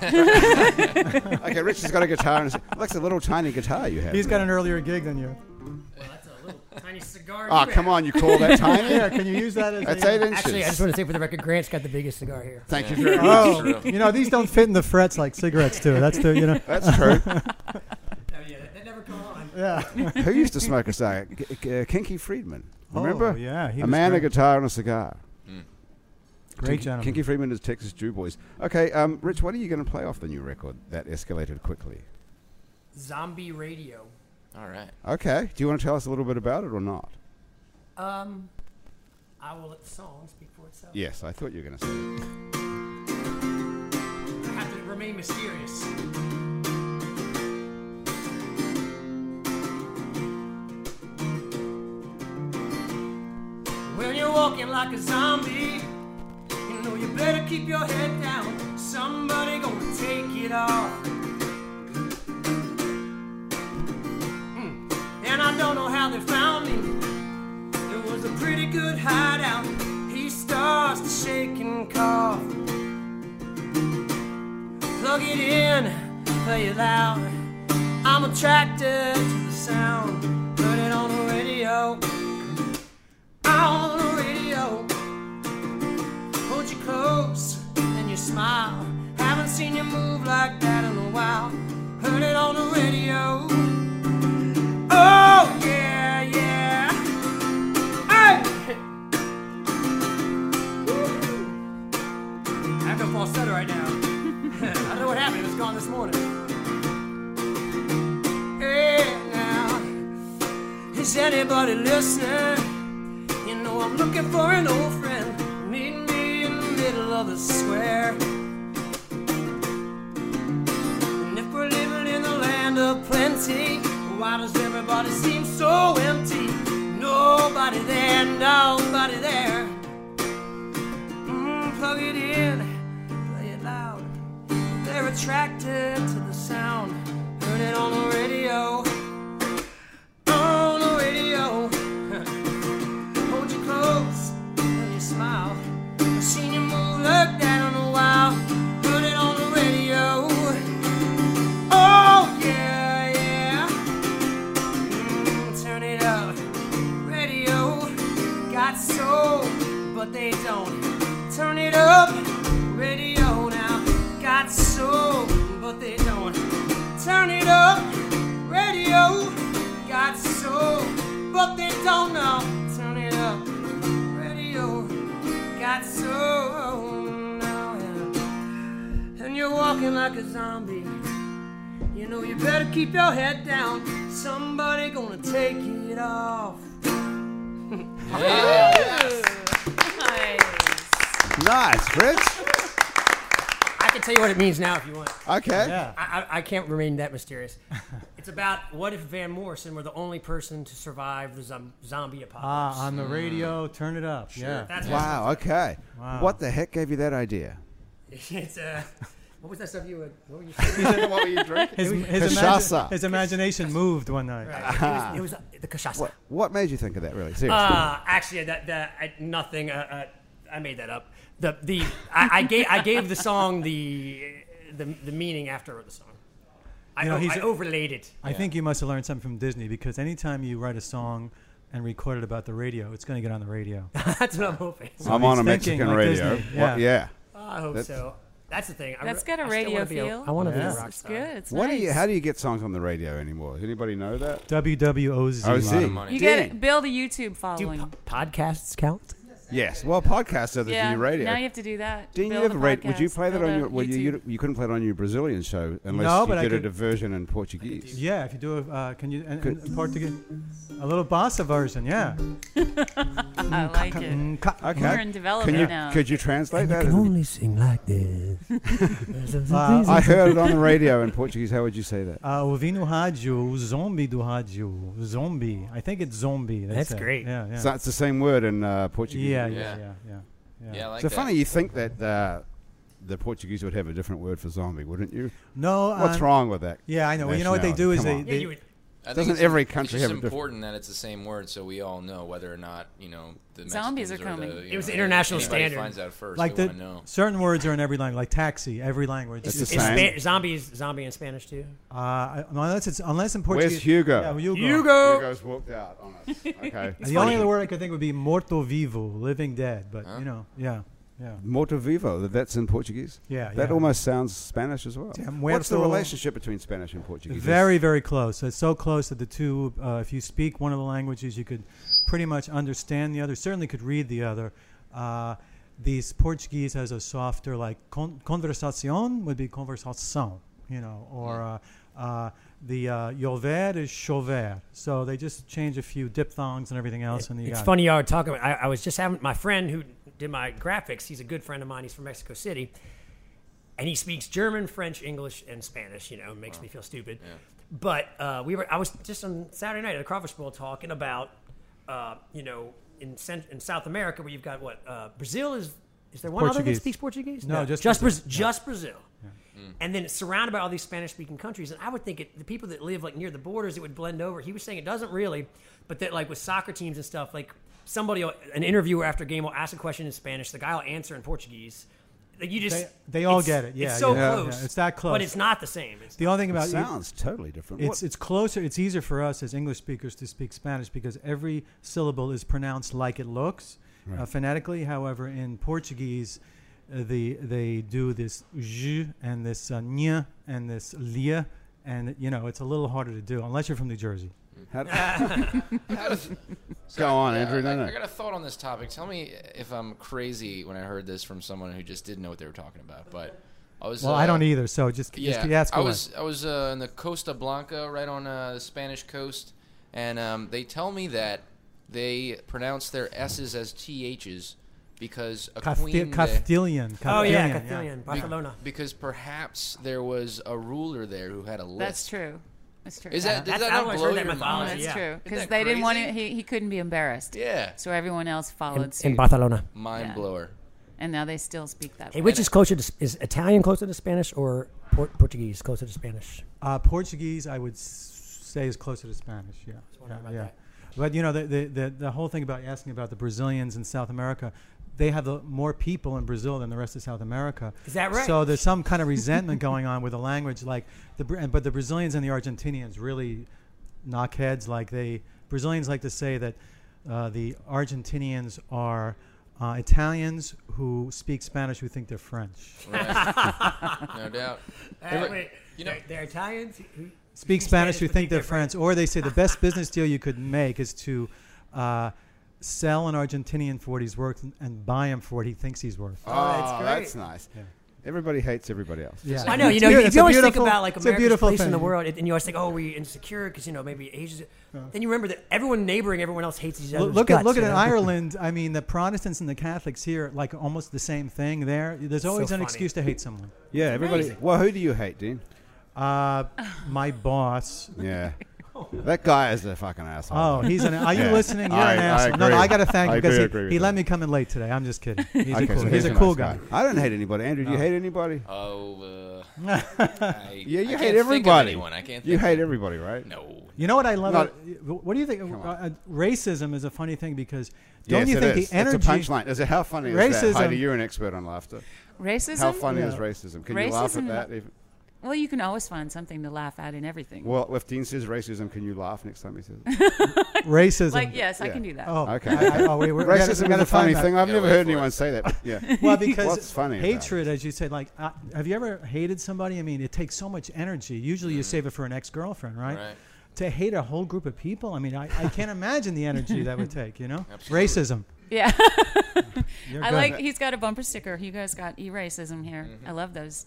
S5: probably.
S1: Okay, Rich has got a guitar and it's- looks a little tiny guitar you have.
S3: He's got an earlier gig than you.
S5: Well, that's a little tiny cigar.
S1: Oh,
S5: you
S1: come
S5: have.
S1: on, you call that
S3: Yeah.
S1: tiny?
S3: Can you use that as?
S1: That's
S3: a,
S1: eight inches.
S5: Actually, I just want to say for the record, Grant's got the biggest cigar here.
S1: Thank
S2: Yeah.
S1: you very much.
S2: That's
S3: Oh,
S2: true.
S3: you know these don't fit in the frets like cigarettes do. That's the you know.
S1: That's true.
S5: Oh yeah, that, that never come on.
S3: Yeah.
S1: Who used to smoke a cigar? K- K- uh, Kinky Friedman. Remember?
S3: Oh, yeah. He
S1: a
S3: was
S1: man,
S3: great.
S1: a guitar, and a cigar.
S3: Great
S1: Kinky-
S3: gentleman.
S1: Kinky Friedman is Texas Jew Boys. Okay, um, Rich, what are you going to play off the new record that escalated quickly?
S5: Zombie radio.
S2: All right.
S1: Okay, do you want to tell us a little bit about it or not?
S5: Um, I will let the song speak for itself.
S1: Yes, I thought you were going to say.
S5: Have to remain mysterious. When you're walking like a zombie, you know you better keep your head down. Somebody gonna take it off. Hmm. And I don't know how they found me. It was a pretty good hideout. He starts to shake and cough. Plug it in, play it loud. I'm attracted to the sound. Put it on the radio. On the radio. Hold you close and you smile. Haven't seen you move like that in a while. Heard it on the radio. Oh, yeah, yeah.
S6: there's anybody listening, you know I'm looking for an old friend. Meet me in the middle of the square. And if we're living in the land of plenty, why does everybody seem so empty? Nobody there, nobody there. Mm, plug it in, play it loud. They're attracted to the sound. Heard it on the radio. On the radio. Hold you close and you smile. Seen you move like that on a while. Heard it on the radio. Oh yeah, yeah. Mm, turn it up. Radio got soul, but they don't. Turn it up. Radio now got soul, but they don't. Turn it up. Radio got soul, but they don't know. Turn it up. Radio got soul now, yeah. And you're walking like a zombie. You know you better keep your head down. Somebody gonna take it off.
S1: Nice, Fritz.
S5: I can tell you what it means now if you want.
S1: Okay.
S3: Yeah.
S5: I, I I can't remain that mysterious. it's about what if Van Morrison were the only person to survive the zom- zombie apocalypse?
S3: Ah, on the radio, turn it up. Yeah.
S5: That's
S1: Wow. Okay.
S3: Wow.
S1: What the heck gave you that idea?
S5: It's, uh, what was that stuff you would? What were you
S1: what were you drinking?
S3: His, his,
S1: Cachaça.
S3: imagi- his imagination moved one night.
S5: Right. It was, it was uh, the cachaça.
S1: What, what made you think of that? Really? Seriously.
S3: Ah,
S5: Uh, actually, that, that I, nothing. Uh, uh, I made that up. The the I, I gave I gave the song the the, the meaning after I wrote the song. I,
S3: You know,
S5: o-
S3: he's-
S5: I overlaid it.
S3: I think you must have learned something from Disney because anytime you write a song and record it about the radio, it's going to get on the radio.
S5: That's what I'm hoping.
S1: I'm on a
S3: he's thinking
S1: Mexican
S3: like
S1: radio.
S3: Disney.
S1: What- yeah.
S3: Yeah.
S5: I hope
S1: That's-
S5: so. That's the thing. I
S4: That's
S5: re-
S4: got a
S5: I still
S4: radio
S5: wanna be a-
S4: feel.
S5: I want to be
S3: Yeah.
S5: a rock
S4: It's
S5: star.
S4: good. It's
S1: What
S4: nice.
S1: do you? How do you get songs on the radio anymore? Does anybody know that?
S3: WWOZ.
S1: Oh,
S2: A lot
S1: see.
S2: of money.
S4: You
S1: Dang.
S4: gotta build a YouTube
S5: Do
S4: following.
S5: po- podcasts count?
S1: Yes. Well, podcasts are the
S4: yeah.
S1: new radio.
S4: Now you have to do that.
S1: Didn't you
S4: Build
S1: ever
S4: a
S1: rate? Would you
S4: podcast,
S1: play that
S4: build
S1: on
S4: a
S1: your? Well, you, you
S4: YouTube.
S1: you couldn't play it on your Brazilian show unless
S3: No,
S1: you
S3: but I
S1: did
S3: could-
S1: it a version in Portuguese.
S3: Yeah, if you do a, uh, can you, and, and Portuguese, a little bossa version, yeah. Mm,
S4: I like it.
S1: Okay.
S4: We're in development
S1: Can you
S4: now.
S1: could you translate that?
S5: sing like this.
S3: Uh,
S1: I heard it on the radio in Portuguese. How would you say that?
S3: Uh, ouvi no rádio, o zombie do rádio, zombie. I think it's zombie. That's,
S5: That's
S3: it.
S5: great.
S3: Yeah, yeah.
S1: So that's the same word in uh, Portuguese.
S3: yeah, yeah, yeah,
S2: Yeah.
S3: yeah, yeah,
S2: Yeah, I like
S1: so
S2: that.
S1: funny you think that uh, the Portuguese would have a different word for zombie, wouldn't you?
S3: No,
S1: What's
S3: um,
S1: wrong with that?
S3: Yeah, I know. Well, you know what they
S1: nationality?
S3: do
S1: Come
S3: is they,
S1: on.
S5: Yeah,
S3: they
S5: you would,
S2: I think
S1: Doesn't
S2: it's-
S1: every country
S2: it's
S1: have
S2: just
S1: a different-
S2: important that it's the same word, so we all know whether or not you know the
S4: Zombies
S2: Mexicans
S4: are
S2: or the,
S4: coming.
S2: you
S5: It
S2: know,
S5: was the international
S2: anybody
S5: standard.
S2: Finds out first,
S3: like
S2: they
S3: the
S2: want to know.
S3: certain words are in every language, like taxi, every language.
S1: It's the
S3: It's-
S5: is
S1: same.
S5: Spa- zombies, zombie in Spanish too.
S3: uh, I- unless it's unless in
S1: Where's
S3: Portuguese.
S1: Hugo?
S3: Yeah, Hugo.
S1: Hugo's walked out on us. Okay.
S3: The only other word I could think would be morto vivo, living dead. But you know, yeah, yeah.
S1: Morto vivo. that- That's in Portuguese.
S3: Yeah,
S1: That
S3: yeah.
S1: almost sounds Spanish as well.
S3: Yeah,
S1: What's the
S3: muerto-
S1: relationship between Spanish and Portuguese?
S3: Very, very close. It's so close that the two, uh, if you speak one of the languages, you could pretty much understand the other. Certainly could read the other. Uh, these Portuguese has a softer, like con- conversación would be conversação, you know, or uh,
S1: Hmm.
S3: uh, the uh, llover is chover. So they just change a few diphthongs and everything else, and you
S5: It's
S3: got it.
S5: funny y'all are talking about. I, I was just having my friend who did my graphics. He's a good friend of mine. He's from Mexico City, and he speaks German, French, English, and Spanish. You know, it makes me feel stupid. But uh, we were. I was just on Saturday night at a crawfish bowl talking about, uh, you know, in Cent- in South America where you've got what uh, Brazil is. Is there one other that
S3: Portuguese.
S5: speaks Portuguese?
S3: No, just
S5: just
S3: Brazil.
S5: Brazil. Just Brazil. And then it's surrounded by all these Spanish-speaking countries, and I would think it, the people that live like near the borders, it would blend over. He was saying it doesn't really, but that like with soccer teams and stuff, like somebody, will- an interviewer after a game will ask a question in Spanish, the guy will answer in Portuguese. Like you just
S3: They- they all
S5: it's-
S3: get it. Yeah,
S5: it's so
S3: yeah, yeah.
S5: close.
S3: Yeah, it's that close.
S5: but it's not the same. It's,
S3: The only thing
S1: It
S3: about you-
S1: sounds totally different.
S3: It's
S1: What-
S3: it's closer. It's easier for us as English speakers to speak Spanish because every syllable is pronounced like it looks uh, phonetically. However, in Portuguese, uh, the they do this j and this uh, nya and this lia, and you know it's a little harder to do unless you're from New Jersey.
S1: how- how does- go on, Andrew.
S2: I,
S1: No,
S2: I
S1: no.
S2: got a thought on this topic. Tell me if I'm crazy when I heard this from someone who just didn't know what they were talking about. But I was.
S3: Well,
S2: uh,
S3: I don't either. So just just
S2: Yeah,
S3: ask
S2: I was I was uh, in the Costa Blanca, right on uh, the Spanish coast, and um, they tell me that they pronounce their s's as ths because a
S3: Casti-
S2: queen. that-
S3: Castilian.
S5: Oh yeah,
S3: Castilian,
S5: Castilian,
S2: be-
S5: Barcelona.
S2: because perhaps there was a ruler there who had a list.
S4: That's true. That's true.
S2: Is that does
S5: That's-
S2: that
S5: I
S2: not
S5: always
S2: blow
S5: heard that
S2: your
S4: Oh,
S2: mind?
S5: mythology,
S4: that's
S5: yeah.
S4: true.
S5: Isn't
S4: Because
S2: that
S4: they didn't want to.
S2: crazy?
S4: He, he couldn't be embarrassed.
S2: Yeah.
S4: So everyone else followed
S5: in,
S4: suit.
S5: in Barcelona.
S2: Mind
S4: Yeah.
S2: blower.
S4: and now they still speak that.
S5: Hey,
S4: way.
S5: which is closer to is Italian closer to Spanish or Por- Portuguese closer to Spanish?
S3: Uh, Portuguese, I would s- say, is closer to Spanish. Yeah, yeah,
S5: wondering about
S3: yeah.
S5: that.
S3: But you know, the, the the the whole thing about asking about the Brazilians in South America, they have the, more people in Brazil than the rest of South America.
S5: Is that right?
S3: So there's some kind of resentment going on with the language, like the Bra- but the Brazilians and the Argentinians really knock heads. Like they Brazilians like to say that uh, the Argentinians are. Uh, Italians who speak Spanish who think they're French.
S2: Right. no doubt. you know-
S5: they're, they're Italians. who-
S3: speak Spanish who
S5: Spanish, but
S3: think
S5: they're
S3: they're French, or they say the best business deal you could make is to uh, sell an Argentinian for what he's worth and, and buy him for what he thinks he's worth.
S1: Oh,
S5: great.
S1: that's nice. Everybody hates everybody else.
S3: Yeah.
S5: I know.
S3: Uh,
S5: You
S3: It's
S5: know,
S3: beau-
S5: you,
S3: it's
S5: you
S3: a
S5: always think
S3: beautiful-
S5: about like
S3: it's a
S5: America's
S3: beautiful
S5: place
S3: thing.
S5: in the world, and and you always think, oh, we're insecure because you know maybe Asia's. Then you remember that everyone neighboring everyone else hates each other.
S3: Look, look at look at Ireland. I mean, the Protestants and the Catholics here, like almost the same thing. There, there's always an
S5: funny.
S3: excuse to hate someone.
S1: Yeah, everybody. Well, who do you hate, Dean?
S3: Uh, my boss.
S1: Yeah. That guy is a fucking asshole.
S3: Oh, he's an. Are you
S1: Yeah.
S3: listening? You're
S1: I-
S3: an
S1: I
S3: asshole. no, no,
S1: agree.
S3: I got to thank
S1: I
S3: him because
S1: do
S3: he,
S1: agree with
S3: he let
S1: that.
S3: me come in late today. I'm just kidding. He's
S1: Okay,
S3: a
S1: so
S3: cool, he's a
S1: nice
S3: cool guy.
S1: I don't hate anybody. Andrew, do you hate anybody?
S2: Oh. Uh, I,
S1: Yeah,
S2: I
S1: you
S2: can't
S1: hate
S2: think of
S1: everybody.
S2: anyone. I can't.
S1: You
S2: think
S1: hate
S2: of-
S1: everybody, right?
S2: No.
S3: You know what I love?
S1: Not-
S3: about- what do you think? Uh, uh, racism is a funny thing because
S1: Yes,
S3: don't you
S1: it
S3: think
S1: is.
S3: the energy?
S1: It's a punchline. Is it how funny is that?
S3: Racism-
S1: Heidi, you're an expert on laughter.
S4: racism.
S1: How funny
S3: Yeah.
S1: is racism? Can you laugh at
S4: Racism-
S1: that? If-
S4: Well, you can always find something to laugh at in everything.
S1: well, if Dean says racism, can you laugh next time he says it?
S3: racism.
S4: like yes, I
S1: Yeah.
S4: can do that.
S3: Oh,
S1: Okay.
S3: I- I- oh, we- we- we gotta- we
S1: racism is
S3: gotta
S1: a funny
S3: find that.
S1: thing. I've
S2: Yeah,
S1: never
S2: wait
S1: heard
S2: for
S1: anyone
S2: it.
S1: say that. but Yeah.
S3: Well, because
S1: What's funny about it?
S3: hatred, as you said, like, uh, have you ever hated somebody? I mean, it takes so much energy. Usually,
S1: Mm-hmm.
S3: you save it for an ex-girlfriend, right?
S2: Right.
S3: To hate a whole group of people, I mean, I, I can't imagine the energy that would take. You know,
S2: Absolutely.
S3: racism.
S4: Yeah,
S3: You're
S4: I
S3: good.
S4: like. He's got a bumper sticker. You guys got e racism here. I love those.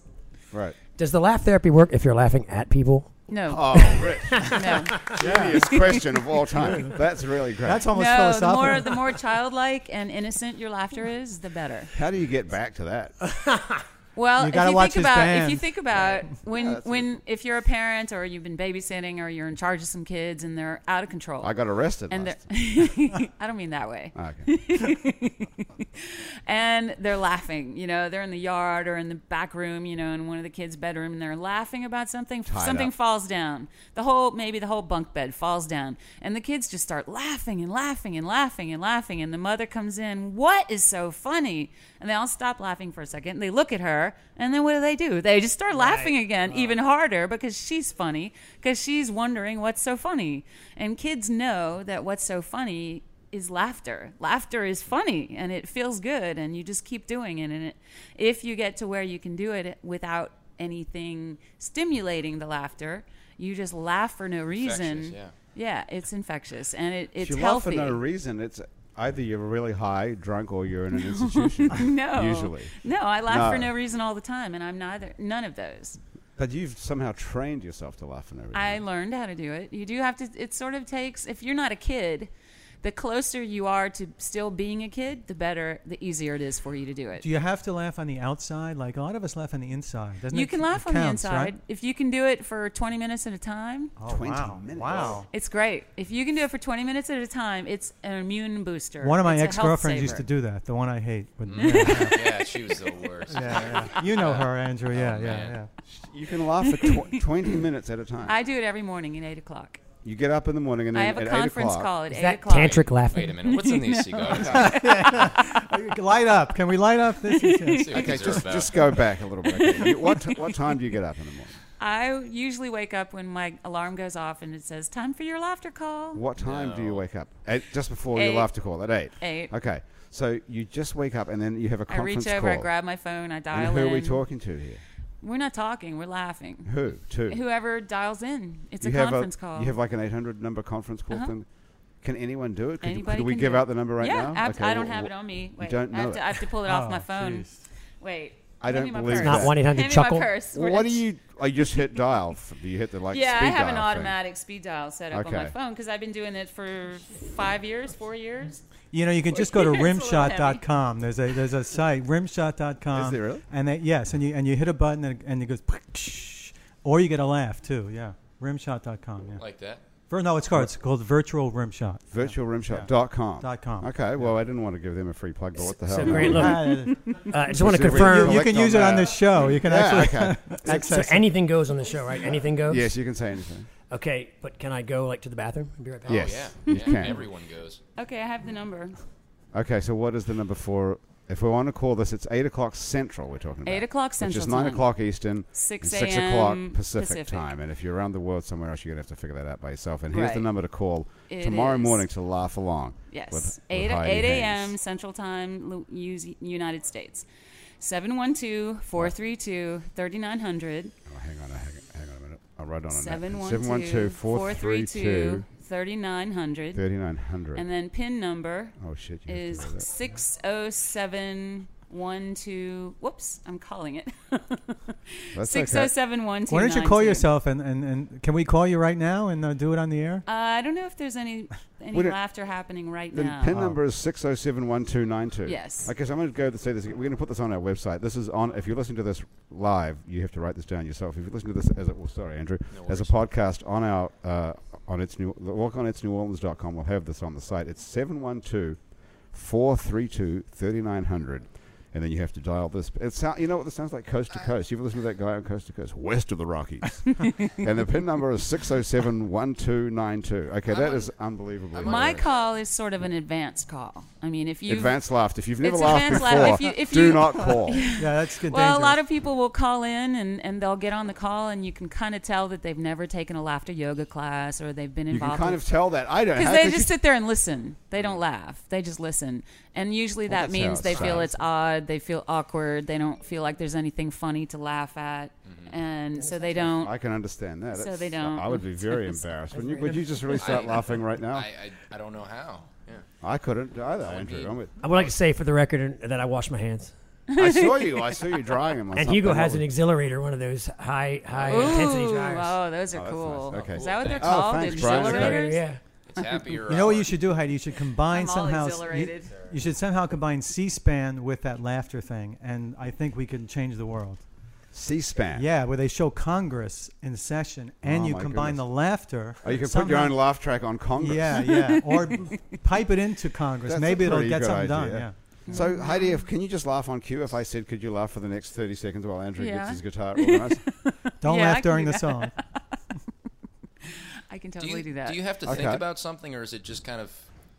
S1: Right.
S5: Does the laugh therapy work if you're laughing at people?
S4: No,
S1: Oh, Rick.
S4: no.
S1: Genius question of all time. That's really great.
S3: That's almost
S4: no, the
S3: philosophical.
S4: more the more childlike and innocent your laughter is, the better.
S1: How do you get back to that?
S4: Well,
S3: You
S4: if
S3: gotta
S4: you
S3: watch his
S4: think about if
S3: band.
S4: you think about when
S1: that's
S4: when if you're a parent or you've been babysitting or you're in charge of some kids and they're out of control.
S1: I got arrested.
S4: and
S1: last
S4: they're I don't mean that way.
S1: time. Okay.
S4: and they're laughing. You know, they're in the yard or in the back room, you know, in one of the kids' bedroom, and they're laughing about something. something
S1: up.
S4: falls down. The whole, maybe the whole bunk bed falls down. And the kids just start laughing and laughing and laughing and laughing. And the mother comes in, What is so funny? And they all stop laughing for a second. They look at her, and then what do they do? They just start laughing again, even harder, because she's funny, because she's wondering what's so funny. And kids know that what's so funny is laughter. Laughter is funny and it feels good and you just keep doing it and it if you get to where you can do it without anything stimulating the laughter, you just laugh for no reason.
S2: Infectious,
S4: yeah. it's infectious and it, it's
S1: if you
S4: healthy.
S1: laugh for no reason, it's either you're really high, drunk, or you're in an institution.
S4: no.
S1: Usually.
S4: No, I laugh for
S1: No.
S4: no reason all the time and I'm neither none of those.
S1: But you've somehow trained yourself to laugh for no reason.
S4: I learned how to do it. You do have to. It sort of takes. If you're not a kid, the closer you are to still being a kid, the better, the easier it is for you to do it.
S3: Do you have to laugh on the outside? Like a lot of us laugh on the inside. Doesn't
S4: you
S3: it-
S4: can
S3: it
S4: laugh on
S3: counts,
S4: the
S3: right?
S4: inside if you can do it for 20 minutes at a time.
S3: Oh,
S1: 20
S3: wow.
S1: minutes.
S3: Wow.
S4: It's great if you can do it for 20 minutes at a time. It's an immune booster.
S3: One of my
S4: It's a
S3: ex girlfriends
S4: health
S3: used to
S4: saver.
S3: do that. The one I hate. But
S1: Mm.
S3: yeah,
S2: Yeah, she was the worst.
S3: yeah, yeah. You know her, Andrew.
S1: Oh,
S3: Yeah, yeah,
S2: man.
S3: yeah.
S1: You can laugh for tw- 20 minutes at a time.
S4: I do it every morning at eight o'clock.
S1: you get up in the morning and
S4: I
S1: then
S4: have a
S1: at 8
S4: conference
S1: o'clock,
S4: call at
S5: Is
S4: eight
S5: that
S4: o'clock.
S5: tantric laughing?
S2: Wait a minute. What's in these cigars?
S3: Light up. Can we light up? This is it.
S2: See what
S1: Okay,
S2: these are
S1: just,
S2: about.
S1: just go back a little bit. Okay. You- what, t- what time do you get up in the morning?
S4: I usually wake up when my alarm goes off and it says time for your laughter call.
S1: What time do you
S2: No.
S1: wake up? At, just before
S4: Eight.
S1: your laughter call, at 8?
S4: Eight.
S1: Okay, so you just wake up and then you have a
S4: I
S1: conference
S4: reach over, I
S1: call.
S4: grab my phone, I dial
S1: and who
S4: in.
S1: are we talking to here?
S4: We're not talking. We're laughing.
S1: Who? To?
S4: Whoever dials in, it's
S1: you
S4: a
S1: have
S4: conference
S1: a,
S4: call.
S1: You have like an 800 number conference call
S4: Uh-huh.
S1: thing. Can anyone do it? Could,
S4: Anybody
S1: could we
S4: can
S1: give
S4: do it.
S1: out the number right
S4: yeah,
S1: now?
S4: ab-
S1: Okay,
S4: I don't
S1: well,
S4: have it
S1: well,
S4: on me. Wait,
S1: don't
S4: I, have
S1: know
S4: To,
S1: it.
S4: I have to pull it off
S3: Oh,
S4: my phone.
S3: jeez.
S4: Wait,
S1: I
S4: Hand
S1: don't
S4: me my
S1: believe
S4: purse.
S1: that.
S5: Not 1-800
S4: Hand me my
S5: chuckle.
S4: purse. We're
S1: What do
S4: not-
S1: you? I just hit dial. F- Do you hit the like?
S4: Yeah, I
S1: speed
S4: have
S1: dial
S4: an
S1: thing?
S4: automatic speed dial set up on my
S1: Okay.
S4: phone because I've been doing it for five years, four years.
S3: You know, you can just go to
S4: It's a little
S3: rimshot.com. There's a there's a site rimshot.com.
S1: Is there really?
S3: And they, yes, and you and you hit a button and, it- and it goes, or you get a laugh too. Yeah, rimshot.com. Yeah.
S2: like that.
S3: Vir- no, it's called it's called virtual rimshot.
S1: Virtualrimshot.com.
S3: Dot com.
S1: Okay, well, I didn't want to give them a free plug, but what the hell?
S5: So great,
S1: no.
S5: look, uh,
S3: Uh,
S5: I just want to
S1: Is it
S5: confirm.
S1: real?
S3: you can
S1: Clicked on
S3: use it on
S1: that.
S3: this show. You can
S1: Yeah,
S3: actually.
S1: okay.
S5: uh, so anything goes on the show, right? Anything goes.
S1: yes, you can say anything.
S5: Okay, but can I go like to the bathroom and be right back?
S1: Yes.
S2: Yeah,
S1: You
S2: yeah.
S1: can.
S2: Everyone goes.
S4: Okay, I have the number.
S1: Okay, so what is the number for? If we want to call this, it's eight o'clock central. We're talking about
S4: 8
S1: which
S4: o'clock
S1: is
S4: Central
S1: nine
S4: Time.
S1: o'clock Eastern,
S4: Six
S1: and six
S4: a.m.
S1: o'clock Pacific,
S4: Pacific.
S1: time. eh? And if you're around the world somewhere else, you're gonna have to figure that out by yourself. And here's the
S4: Right.
S1: number to call
S4: It
S1: tomorrow
S4: is-
S1: morning to laugh along.
S4: Yes,
S1: with- with
S4: 8,
S1: Heidi
S4: 8 a.m.
S1: Haynes.
S4: Central Time, Lu- US United States. 712 432 3900.
S1: Oh, hang on, hang on, hang on a minute. I'll write it on a
S4: 712 432 3900.
S1: 3900.
S4: And then PIN number
S1: oh shit, you have
S4: is
S1: to do that.
S4: 60712. Whoops, I'm calling it.
S1: That's okay.
S4: 60712.
S3: Why don't you call yourself and, and, and can we call you right now and uh, do it on the air?
S4: Uh, I don't know if there's any any
S1: Would it-
S4: laughter happening right
S1: The
S4: now.
S1: pin number is six zero seven one two nine two.
S4: Yes.
S1: Okay, so I'm going to go to say this. We're going to put this on our website. This is on. If you're listening to this live, you have to write this down yourself. If you listen to this as a well, sorry, Andrew, as a podcast on our uh, on its new walk on its New Orleans.com, we'll have this on the site. It's 712 432 3900. And then you have to dial this. It sound, you know what this sounds like? Coast to
S4: Uh.
S1: coast. You've listened to that guy on Coast to Coast, west of the Rockies. and the pin number is 607 1292. Okay, that is unbelievable.
S4: My call is sort of an advanced call. I mean, if you
S1: advanced laughter. If you've never
S4: It's
S1: laughed
S4: advanced
S1: before,
S4: laughter. If you- if
S1: do
S4: you-
S1: not call.
S3: Yeah, that's good.
S4: Well, a lot of people will call in and, and they'll get on the call, and you can kind of tell that they've never taken a laughter yoga class or they've been
S1: you can
S4: involved.
S1: kind of tell that. I don't.
S4: because
S1: how
S4: they
S1: could
S4: just
S1: you-
S4: sit there and listen. They don't laugh. They just listen. And usually that
S1: that's how
S4: means
S1: it
S4: they feel
S1: sounds.
S4: it's odd. They feel awkward. They don't feel like there's anything funny to laugh at.
S1: Mm-hmm.
S4: And so they don't.
S1: I can understand that.
S4: So
S1: That's-
S4: they don't.
S1: I would be very embarrassed. Would you, would you just really start
S2: I-
S1: laughing right now?
S2: I,
S1: I,
S2: I, I don't know how. Yeah.
S1: couldn't either, Andrew.
S2: be-
S1: I'm with-
S5: I would like to say for the record uh, that I wash my hands.
S1: I saw you. I saw you drying them. or
S5: And Hugo
S1: something.
S5: has an exhilarator, one of those high high
S4: Ooh,
S5: intensity dryers.
S4: oh, those are
S1: that's
S4: cool.
S1: nice. Okay.
S4: Is that what they're
S1: Oh,
S4: called?
S1: thanks, Brian.
S4: Accelerators?
S5: Yeah.
S2: It's happier.
S3: You know what
S2: hour.
S3: you should do, Heidi? You should combine
S4: I'm all
S3: somehow. You,
S4: exhilarated.
S3: you should somehow combine C-SPAN with that laughter thing, and I think we can change the world.
S1: C-SPAN.
S3: Yeah, where they show Congress in session, and
S1: Oh,
S3: you
S1: my
S3: combine
S1: goodness.
S3: the laughter.
S1: Oh, you can put your
S3: somehow-
S1: own laugh track on Congress.
S3: Yeah, yeah, or pipe it into Congress.
S1: That's a
S3: Maybe it'll
S1: pretty
S3: get
S1: good
S3: something done.
S1: idea.
S3: Yeah.
S1: So Heidi, if, can you just laugh on cue? If I said, could you laugh for the next thirty seconds while Andrew
S4: Yeah.
S1: gets his guitar organized?
S3: Don't
S4: Yeah, I
S3: laugh
S4: can
S3: during
S4: do
S3: the
S4: that.
S3: song.
S4: I can
S2: Do
S4: totally
S2: you,
S4: do, that.
S2: do you have to
S1: Okay.
S2: think about something, or is it just kind of?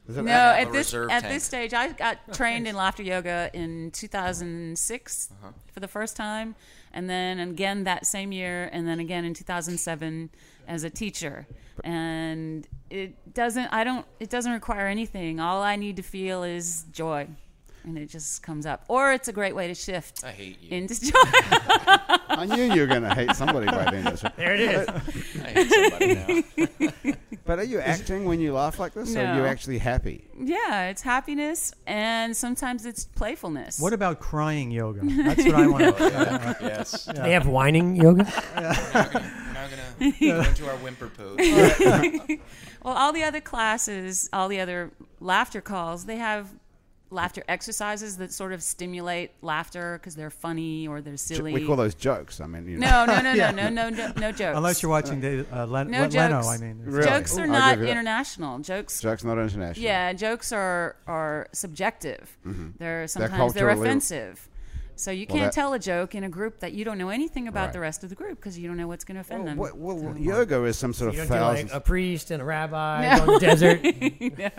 S1: Is it
S4: No,
S1: that-
S2: a
S4: at this
S2: reserve
S4: at
S2: tank.
S4: this stage, I got trained in laughter yoga in 2006
S2: Uh-huh.
S4: for the first time, and then again that same year, and then again in 2007 as a teacher. And it doesn't. I don't. It doesn't require anything. All I need to feel is joy, and it just comes up. Or it's a great way to shift
S2: I hate you.
S4: into joy.
S1: I knew you were going to hate somebody by then. that's right.
S5: There it is.
S2: I hate somebody now.
S1: But are you acting when you laugh like this, or are
S4: No.
S1: you actually happy?
S4: yeah, it's happiness, and sometimes it's playfulness.
S3: What about crying yoga? That's what I want to.
S2: yes.
S5: They have whining yoga.
S2: We're now gonna go into our whimper
S1: Uh,
S2: pose.
S4: Well, all the other classes, all the other laughter calls, they have laughter exercises that sort of stimulate laughter because they're funny or they're
S1: Jo-
S4: silly.
S1: We call those jokes. I mean, you know.
S4: no, no, no, no, no, no, no, no jokes.
S3: Unless you're watching Dave, uh, Len-
S4: No
S3: Leno,
S4: jokes.
S3: I mean. it's-
S1: Really?
S4: jokes
S1: Ooh,
S4: are
S1: I'll
S4: not
S1: give you that.
S4: international. Jokes,
S1: Jokes not international.
S4: yeah, jokes are are subjective.
S1: Mm-hmm.
S4: They're sometimes they're,
S1: culturally-
S4: offensive. So you
S1: Well,
S4: can't
S1: that-
S4: tell a joke in a group that you don't know anything about
S1: Right.
S4: the rest of the group because you don't know what's going to offend
S1: Well, what-
S4: them.
S1: well, yoga is some sort
S5: You
S1: of
S5: don't do
S1: thousand.
S5: like a priest and a rabbi
S4: No.
S5: on the desert.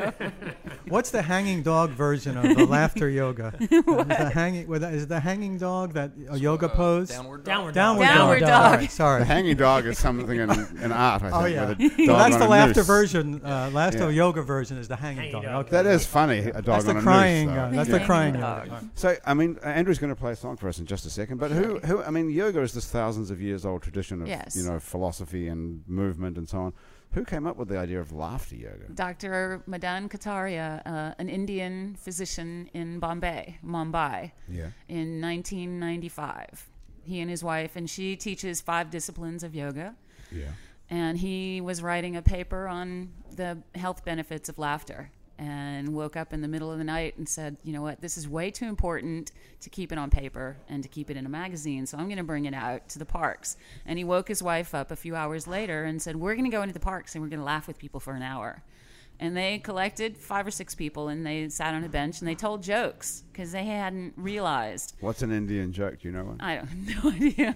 S3: What's the hanging dog version of the laughter yoga? Is the hanging with- is the hanging dog that a yoga
S2: Uh,
S3: pose?
S2: Downward.
S5: Downward.
S3: Downward,
S4: Downward
S3: dog.
S4: dog.
S3: Sorry.
S1: the
S3: sorry.
S1: hanging dog is something in, in art. I think.
S3: Oh yeah.
S1: with a
S3: Well,
S1: dog
S3: that's
S1: on a
S3: the laughter
S1: noose.
S3: version. Uh, laughter
S1: Yeah.
S3: yoga version is the hanging,
S5: Hanging
S3: dog.
S5: dog.
S3: Okay.
S1: That is funny. A dog
S3: That's
S1: on
S3: the
S1: a
S3: crying.
S1: noose. though.
S3: uh, that's the
S4: Hanging
S3: crying.
S4: dog.
S3: yoga.
S1: So I mean, Andrew's going to play a song for us in just a second. But who, who? I mean, yoga is this thousands of years old tradition of
S4: Yes.
S1: you know philosophy and movement and so on. Who came up with the idea of laughter yoga?
S4: Dr. Madan Kataria, uh, an Indian physician in Bombay, Mumbai,
S1: Yeah.
S4: in 1995. He and his wife, and she teaches five disciplines of yoga.
S1: Yeah.
S4: And he was writing a paper on the health benefits of laughter and woke up in the middle of the night and said, you know what, this is way too important to keep it on paper and to keep it in a magazine, so I'm going to bring it out to the parks. And he woke his wife up a few hours later and said, we're going to go into the parks and we're going to laugh with people for an hour. And they collected five or six people and they sat on a bench and they told jokes because they hadn't realized.
S1: What's an Indian joke? Do you know one?
S4: I don't no idea.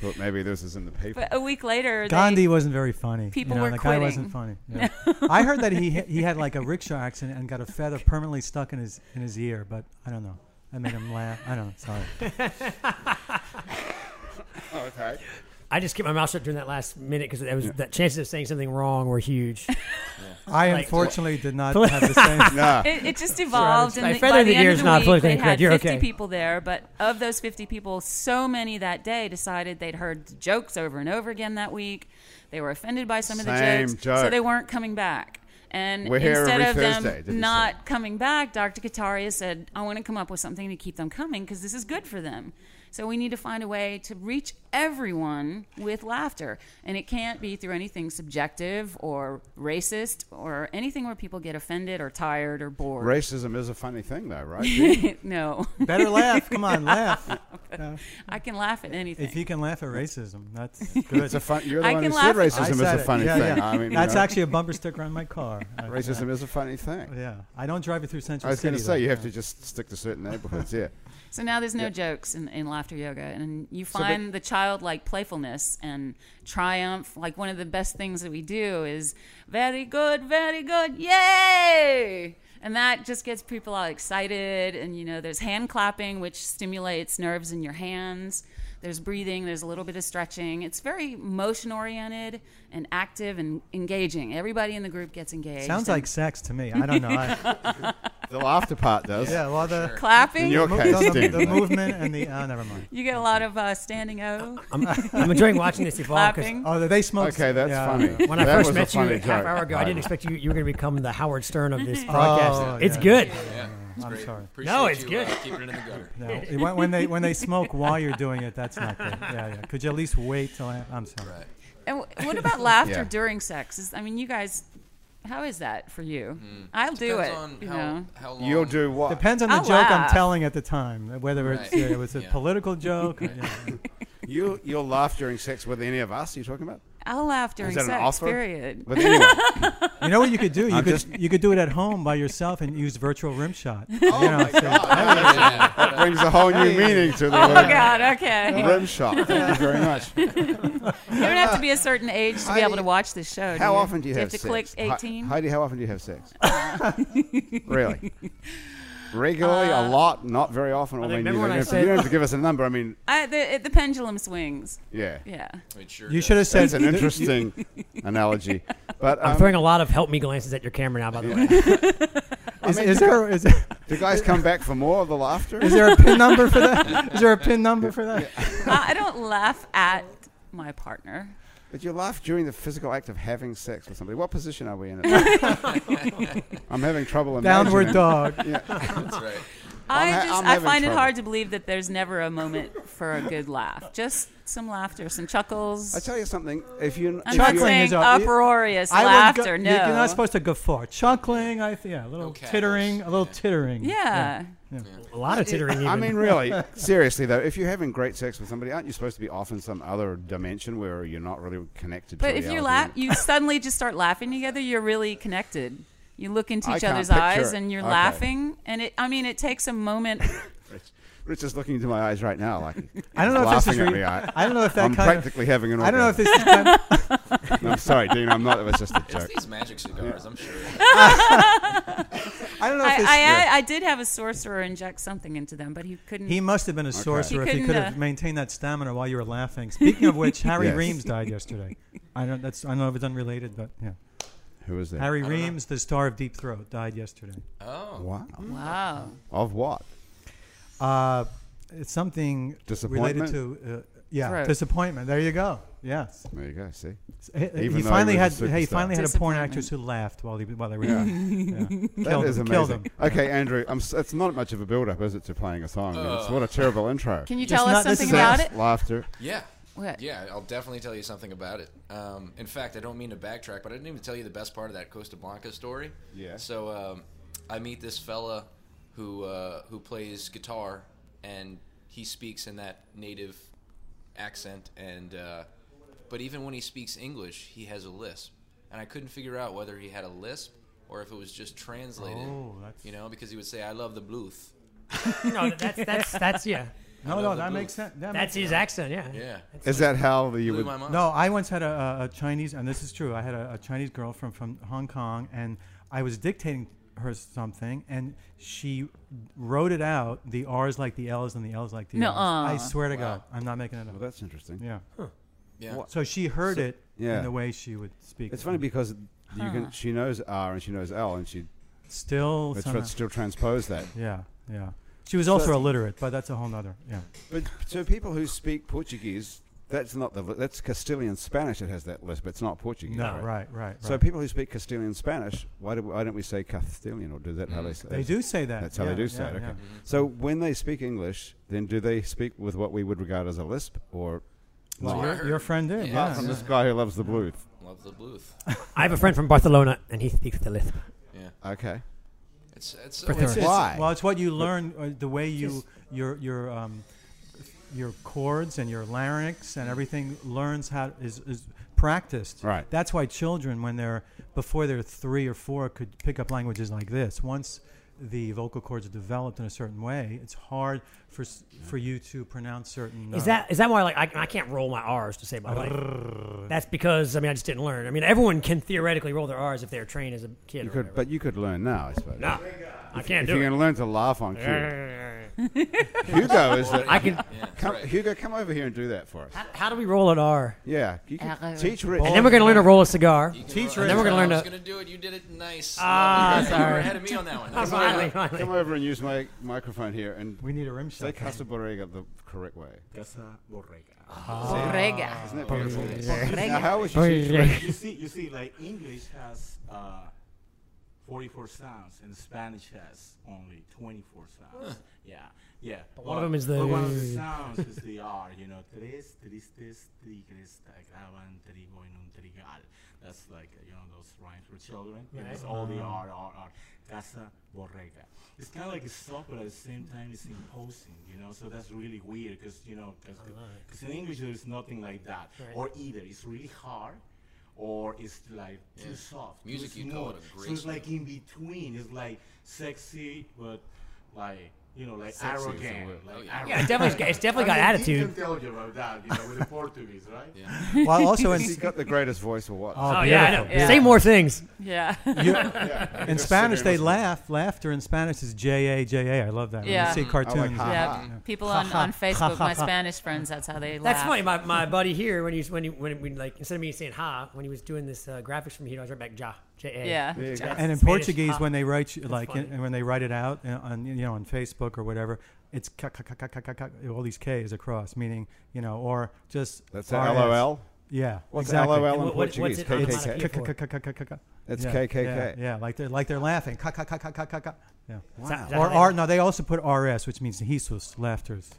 S1: Thought maybe this is in the paper.
S4: but a week later, they-
S3: Gandhi wasn't very funny.
S4: People
S3: you know,
S4: were
S3: the guy wasn't funny. Yeah. I heard that he he had like a rickshaw accident and got a feather permanently stuck in his in his ear, but I don't know. I made him laugh. I don't know. Sorry.
S1: oh, okay.
S5: I just kept my mouth shut during that last minute because that was the chances of saying something wrong were huge.
S3: I
S5: Like-
S3: unfortunately did not have the same.
S1: Nah.
S4: It, it just evolved,
S5: I
S4: and the,
S5: feather
S4: by the
S5: the
S4: end
S5: ear's
S4: of the
S5: not
S4: week,
S5: politically
S4: they had
S5: incorrect. You're
S4: 50
S5: okay.
S4: people there. But of those 50 people, so many that day decided they'd heard the jokes over and over again that week. They were offended by some of the
S1: Same
S4: jokes, so
S1: joke.
S4: they weren't coming back. And
S1: We're here
S4: instead
S1: every
S4: of
S1: Thursday, did he
S4: them not coming back, Dr. Kataria said, "I want to come up with something to keep them coming because this is good for them." So we need to find a way to reach everyone with laughter, and it can't be through anything subjective or racist or anything where people get offended or tired or bored.
S1: Racism is a funny thing, though, right?
S4: No,
S3: Better laugh. Come on, laugh.
S4: I can laugh at
S3: If
S4: anything.
S3: you can laugh at racism, that's good.
S1: it's a fun, you're the
S4: I
S1: one who
S4: can
S1: said
S4: laugh.
S3: I
S1: racism is
S3: said
S1: a
S3: it.
S1: funny
S3: Yeah,
S1: thing.
S3: yeah.
S1: I mean, you
S3: that's
S1: know,
S3: actually a bumper sticker on my car. I-
S1: racism is a funny thing.
S3: Yeah, I don't drive it through Central
S1: I was
S3: City.
S1: going to say
S3: though.
S1: you have to just stick to certain neighborhoods. Yeah.
S4: So now there's no jokes in, in laughter yoga, and you find the childlike playfulness and triumph. Like one of the best things that we do is very good, very good, yay! And that just gets people all excited. And you know, there's hand clapping, which stimulates nerves in your hands. There's breathing. There's a little bit of stretching. It's very motion oriented and active and engaging. Everybody in the group gets engaged.
S3: Sounds
S4: And
S3: like sex to me. I don't know. I,
S1: The laughter part does.
S3: yeah, well, the,
S1: In
S4: clapping.
S1: your
S3: mo-
S1: case,
S3: the- the,
S1: definitely.
S3: movement and the. Oh, never mind.
S4: You get a lot of uh, standing O.
S5: I'm, I'm enjoying watching this evolve because
S4: Clapping.
S3: Oh, they smoke.
S1: Okay, that's
S3: yeah.
S1: funny.
S5: when I
S1: that
S5: first
S1: was a
S5: met you
S1: funny
S5: a half
S1: joke.
S5: hour ago, I didn't expect you you were going to become the Howard Stern of this
S3: Oh,
S5: podcast. it's
S3: yeah.
S5: good.
S2: Yeah, it's
S3: I'm
S2: great.
S3: sorry.
S2: Appreciate
S5: No, it's
S2: you,
S5: good.
S2: Uh, keeping it in the gutter.
S3: No, when, when they when they smoke while you're doing it, that's not good. Yeah, yeah. Could you at least wait till I, I'm sorry?
S2: Right.
S4: And wh- what about laughter
S1: Yeah.
S4: during sex? Is, I mean, you guys, how is that for you? I'll do
S2: Mm. Depends on
S4: it. you
S2: how,
S4: know,
S2: how long.
S1: You'll do what?
S3: Depends on the
S4: I'll
S3: joke I'm
S4: laugh.
S3: telling at the time, whether it's
S2: Right.
S3: uh, it was a
S2: Yeah.
S3: political joke. yeah.
S1: You you'll laugh during sex with any of us. Are you talking about?
S4: I'll laugh during
S1: Is that
S4: sex.
S1: an offer?
S4: Period.
S1: With anyone?
S3: You know what you could do? You
S1: I'm
S3: could
S1: just-
S3: you could do it at home by yourself and use virtual rim shot.
S1: oh
S3: you know,
S1: my
S3: so-
S1: god!
S2: Yeah.
S1: That brings a whole new meaning to the uh, word
S4: Oh God. Okay.
S1: rim shot. Thank you very much.
S4: You don't have to be a certain age to be able to
S1: Heidi,
S4: watch this show.
S1: How often do you have
S4: to
S1: sex?
S4: click
S1: Hei-
S4: 18?
S1: Heidi, how often do you have sex? really? Regularly, a lot, not very often. I mean, you,
S5: remember
S1: don't
S5: when I
S1: have to,
S5: said-
S1: you don't have to give us a number. I mean,
S4: I, the, it- the pendulum swings.
S1: yeah.
S4: Yeah.
S2: It sure
S3: you
S2: does.
S3: should have said
S1: That's an interesting analogy. But
S5: I'm
S1: um,
S5: throwing a lot of help me glances at your camera now. By the way,
S1: I
S3: Is,
S1: mean,
S3: is
S1: do,
S3: there is, is
S1: do guys come back for more of the laughter?
S3: there a pin number for that? Is there a pin number for that?
S4: I, I don't laugh at my partner.
S1: But you laugh during the physical act of having sex with somebody. What position are we in? at that? I'm having trouble imagining.
S3: Downward dog.
S2: That's right.
S4: I
S1: ha-
S4: just
S1: I'm
S4: I
S1: having trouble.
S4: find it hard to believe that there's never a moment for a good laugh. Just some laughter, some chuckles.
S1: I tell you something. If you,
S4: I'm
S1: if
S4: not
S1: you
S3: Chuckling
S4: saying
S3: is up.
S4: uproarious
S3: I wouldn't go-
S4: laughter.
S3: you-
S4: no.
S3: You're not supposed to guffaw. Chuckling, I th- yeah, a little
S2: No cackles.
S3: tittering, a little tittering.
S4: yeah.
S5: a lot of tittering. Even.
S1: I mean, really, seriously though, if you're having great sex with somebody, aren't you supposed to be off in some other dimension where you're not really connected?
S4: But
S1: to
S4: if you
S1: reality?
S4: laugh, you suddenly just start laughing together. You're really connected. You look into
S1: I
S4: each
S1: can't
S4: other's
S1: picture
S4: eyes
S1: it.
S4: and you're
S1: Okay.
S4: laughing. And it, I mean, it takes a moment.
S1: Rich, Rich is looking into my eyes right now, like
S3: I don't know if this
S1: laughing
S3: is.
S1: at
S3: Re-
S1: me. I,
S3: I don't know if that
S1: I'm
S3: kind of.
S1: practically having an.
S3: I don't know if
S1: orgasm.
S3: this is kind of,
S1: No, I'm sorry, Dean. I'm not. It was just a
S2: It's
S1: joke.
S2: these magic cigars, I'm sure.
S3: I don't know
S4: I,
S3: if
S4: I,
S3: this.
S4: I, I did have a sorcerer inject something into them, but he couldn't.
S3: he must have been a sorcerer if he
S4: couldn't,
S3: could have
S4: uh,
S3: maintained that stamina while you were laughing. Speaking of which, Harry
S1: Yes.
S3: Reams died yesterday. I don't. That's. I don't know if it's unrelated, but yeah.
S1: Who was that?
S3: Harry Reams, the star of Deep Throat, died yesterday.
S2: Oh.
S1: Wow.
S4: wow.
S1: Of what?
S3: Uh, it's something related
S1: Disappointment?
S3: to uh, yeah,
S4: throat.
S3: disappointment. There you go. Yes,
S1: There you go. See,
S3: he,
S1: Even though he
S3: finally had.
S1: was a
S3: He
S1: superstar.
S3: finally had a porn
S4: Disappointment.
S3: actress who laughed while he while they were.
S1: Yeah.
S3: Yeah.
S1: that
S3: Killed
S1: is
S3: him, killed
S1: amazing. Okay, Andrew, I'm, s- it's not much of a build-up, is it, to playing a song?
S2: Uh.
S1: It's, what a terrible intro.
S4: Can you
S3: Just
S4: tell
S3: not
S4: us something
S3: necessarily-
S4: about
S1: Laughs,
S4: it?
S1: Laughter.
S2: Yeah.
S4: What?
S2: Yeah, I'll definitely tell you something about it. Um, in fact, I don't mean to backtrack, but I didn't even tell you the best part of that Costa Blanca story.
S1: Yeah.
S2: So um, I meet this fella who uh, who plays guitar, and he speaks in that native accent, and uh, but even when he speaks English, he has a lisp, and I couldn't figure out whether he had a lisp or if it was just translated.
S3: Oh, that's-
S2: You know, because he would say, "I love the Bluth."
S5: no, that's that's that's yeah.
S3: No,
S2: I
S3: no,
S2: love the
S3: that
S2: blue.
S3: makes sense. That makes,
S5: That's his accent. Yeah.
S2: Yeah.
S1: Is that how the, you
S2: Blew
S1: would?
S2: my mind.
S3: no. I once had a, a, a Chinese, and this is true. I had a, a Chinese girl from from Hong Kong, and I was dictating her something, and she wrote it out. The R's like the L's, and the L's like the
S4: No,
S3: R's.
S4: uh.
S3: I swear to God, I'm not making it
S1: Well,
S3: up.
S1: that's interesting.
S3: Yeah.
S2: Yeah.
S3: So she heard it
S1: yeah.
S3: in the way she would speak.
S1: It's
S3: it.
S1: funny because you can. She knows R and she knows L, and she
S3: Still,
S1: but
S3: somehow-
S1: tr- still transpose that.
S3: yeah, yeah. She was also illiterate, but that's a whole nother. Yeah.
S1: But so people who speak Portuguese, that's not the. That's Castilian Spanish. It has that lisp. It's not Portuguese.
S3: No, right, right. right.
S1: So people who speak Castilian Spanish, why, do, why don't we say Castilian, or do that how they say?
S3: Mm. they do say that.
S1: That's how
S3: Yeah,
S1: they do
S3: yeah,
S1: say it. Okay.
S3: yeah.
S1: So when they speak English, then do they speak with what we would regard as a lisp, or
S3: Well,
S1: not?
S2: I
S3: your,
S2: heard-
S3: your friend did.
S1: apart
S3: Yeah.
S1: from this guy who loves the blues?
S2: Love the Bluth.
S5: I have a friend from Barcelona, and he speaks the lisp.
S2: Yeah.
S1: Okay.
S2: It's it's so
S5: For
S3: It's-
S5: Sure.
S3: it's-
S1: Why?
S3: Well, it's what you learn, uh, the way you your your um, your chords and your larynx and everything learns how is is practiced.
S1: Right.
S3: That's why children, when they're before they're three or four, could pick up languages like this. Once the vocal cords are developed in a certain way, it's hard for s for you to pronounce certain.
S5: Is
S3: uh,
S5: that is that why like I, I can't roll my R's to save my life? That's because I mean I just didn't learn. I mean everyone can theoretically roll their R's if they're trained as a kid.
S1: You
S5: or
S1: could,
S5: whatever.
S1: but you could learn now, I suppose.
S5: Nah, I can't
S1: If
S5: do
S1: you're
S5: it.
S1: going to learn to laugh on cue, Hugo is. The,
S5: I can.
S2: Yeah, that's
S1: come,
S2: right.
S1: Hugo, come over here and do that for us.
S5: How, how do we roll an R?
S1: Yeah, you
S4: Arr.
S1: can teach Rich.
S5: And then we're gonna learn to roll a cigar.
S2: You can
S3: Teach
S2: roll-
S3: her. Then
S5: we're gonna learn
S2: I was
S5: to-
S2: gonna do it. You did it nice.
S5: Ah,
S2: Lovely. You were
S5: sorry.
S2: ahead of me on that one. That's all right.
S5: Finally, finally.
S1: come over and use my microphone here and
S3: we need a rim
S1: say
S3: shot?
S1: Casa Borrega the correct way.
S7: Casa Borrega.
S4: Borrega.
S3: Oh,
S1: Isn't that beautiful?
S4: Borrega.
S1: Now, how was you teach Rich?
S7: you see, you see, like English has uh, 44 sounds, and Spanish has only 24 sounds. Yeah, yeah. But
S5: one of them is the-
S7: but one of the sounds is the R. You know, tres tristes tigres graban trigo en un trigal. That's like you know those rhymes for children. and It's all the
S5: Uh-huh.
S7: R, R, R. Casa Borrega. It's kind of like a soft, but at the same time, it's imposing. You know, so that's really weird because you know, because in English there's nothing like that, or either it's really hard. Or it's like too soft. too
S2: Music, you'd call it a
S7: smooth.
S2: great
S7: So it's
S2: song.
S7: like in between. It's like sexy, but like you know, like
S1: Sexy is the
S7: arrogant.
S1: word.
S7: Like
S2: Oh, yeah.
S7: arrogant.
S5: Yeah, it's definitely, it's definitely got
S7: I mean, He
S5: attitude.
S7: can tell you about that, you know, with the Portuguese, right?
S2: Yeah.
S3: Well, also in
S1: He's got the greatest voice of what?
S5: Oh
S3: oh,
S5: yeah, I
S3: beautiful.
S5: know.
S4: Yeah.
S5: Say more things.
S4: Yeah.
S3: You-
S1: Yeah,
S3: in
S1: just
S3: Spanish,
S1: sitting
S3: they
S1: there
S3: laugh. Laughter in Spanish is J A J A. I love that. When
S4: Yeah.
S3: you see
S4: Mm.
S3: cartoons.
S1: ha,
S3: yeah.
S4: Yeah,
S1: ha.
S4: people on, on Facebook, my Spanish friends, that's how they laugh.
S5: That's funny. My, my buddy here, when he was when he when we like instead of me saying ha, when he was doing this uh, graphics for me, he was right back ja j a.
S4: Yeah.
S1: There you go.
S3: And in
S5: Spanish,
S3: Portuguese,
S5: ha.
S3: when they write you- like
S5: funny.
S3: in, when they write it out uh, on you know on Facebook or whatever, it's ca- ca- ca- ca- ca- ca- ca- all these K's across, meaning you know, or just
S1: That's
S3: RS.
S1: a LOL.
S3: Yeah,
S1: What's
S3: exactly.
S1: LOL in
S5: What- what-
S1: Portuguese?
S5: what's it-
S3: It's
S5: KKK?
S3: ca- ca- ca- ca- ca- ca- ca.
S1: It's
S3: Yeah,
S1: KKK.
S3: Yeah, yeah, like they're like they're laughing. Ca- ca- ca- ca- ca- ca- ca. Yeah.
S5: Wow.
S3: Or R. No, they also put RS, which means hisus, laughters,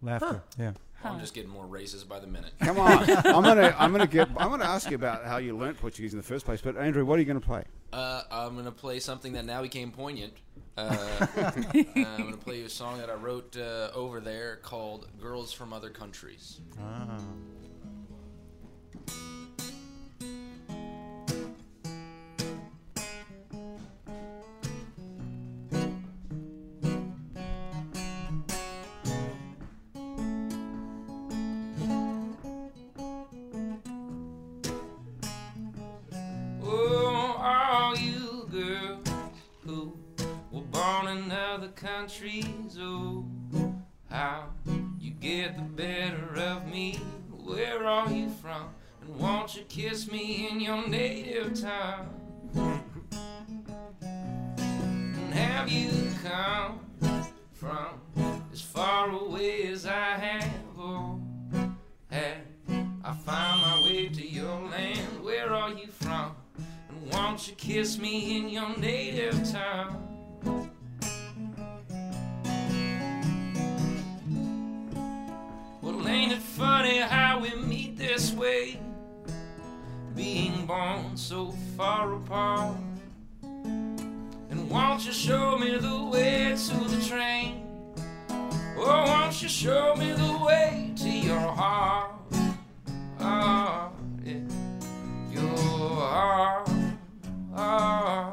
S3: laughter. Yeah.
S2: I'm just getting more racist by the minute.
S1: Come on, I'm gonna, I'm gonna get, I'm gonna ask you about how you learnt Portuguese in the first place. But Andrew, what are you gonna play?
S2: Uh, I'm gonna play something that now became poignant. Uh, I'm gonna play you a song that I wrote uh, over there called "Girls from Other Countries." Oh, all you girls who were born in other countries, oh, how you get the better of me. Where are you from? And won't you kiss me in your native tongue? And have you come from as far away as I have? Oh, I find my way to your land. Where are you from? And won't you kiss me in your native tongue? Well, ain't it funny how we meet this way? Being born so far apart. And won't you show me the way to the train? Oh, won't you show me the way to your heart? Ah, yeah. Your heart. Ah.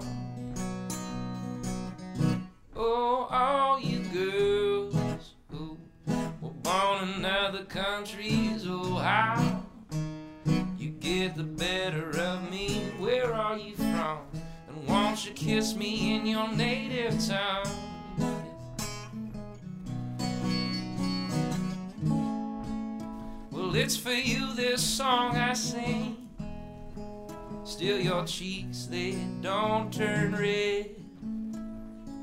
S2: Oh, all you girls who were born in other countries, oh, how you get the better of me. Where are you from? And won't you kiss me in your native tongue? Well, it's for you this song I sing. Still, your cheeks they don't turn red.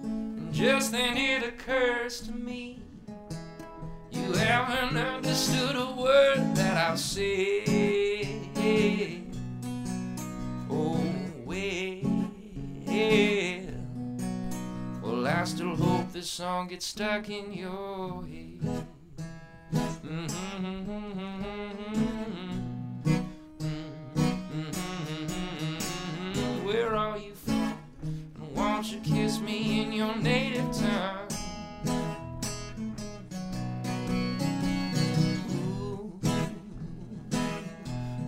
S2: And just then it occurs to me you haven't understood a word that I've said. Oh, well. Well, I still hope this song gets stuck in your head. Where are you from? And won't you kiss me in your native tongue? Ooh,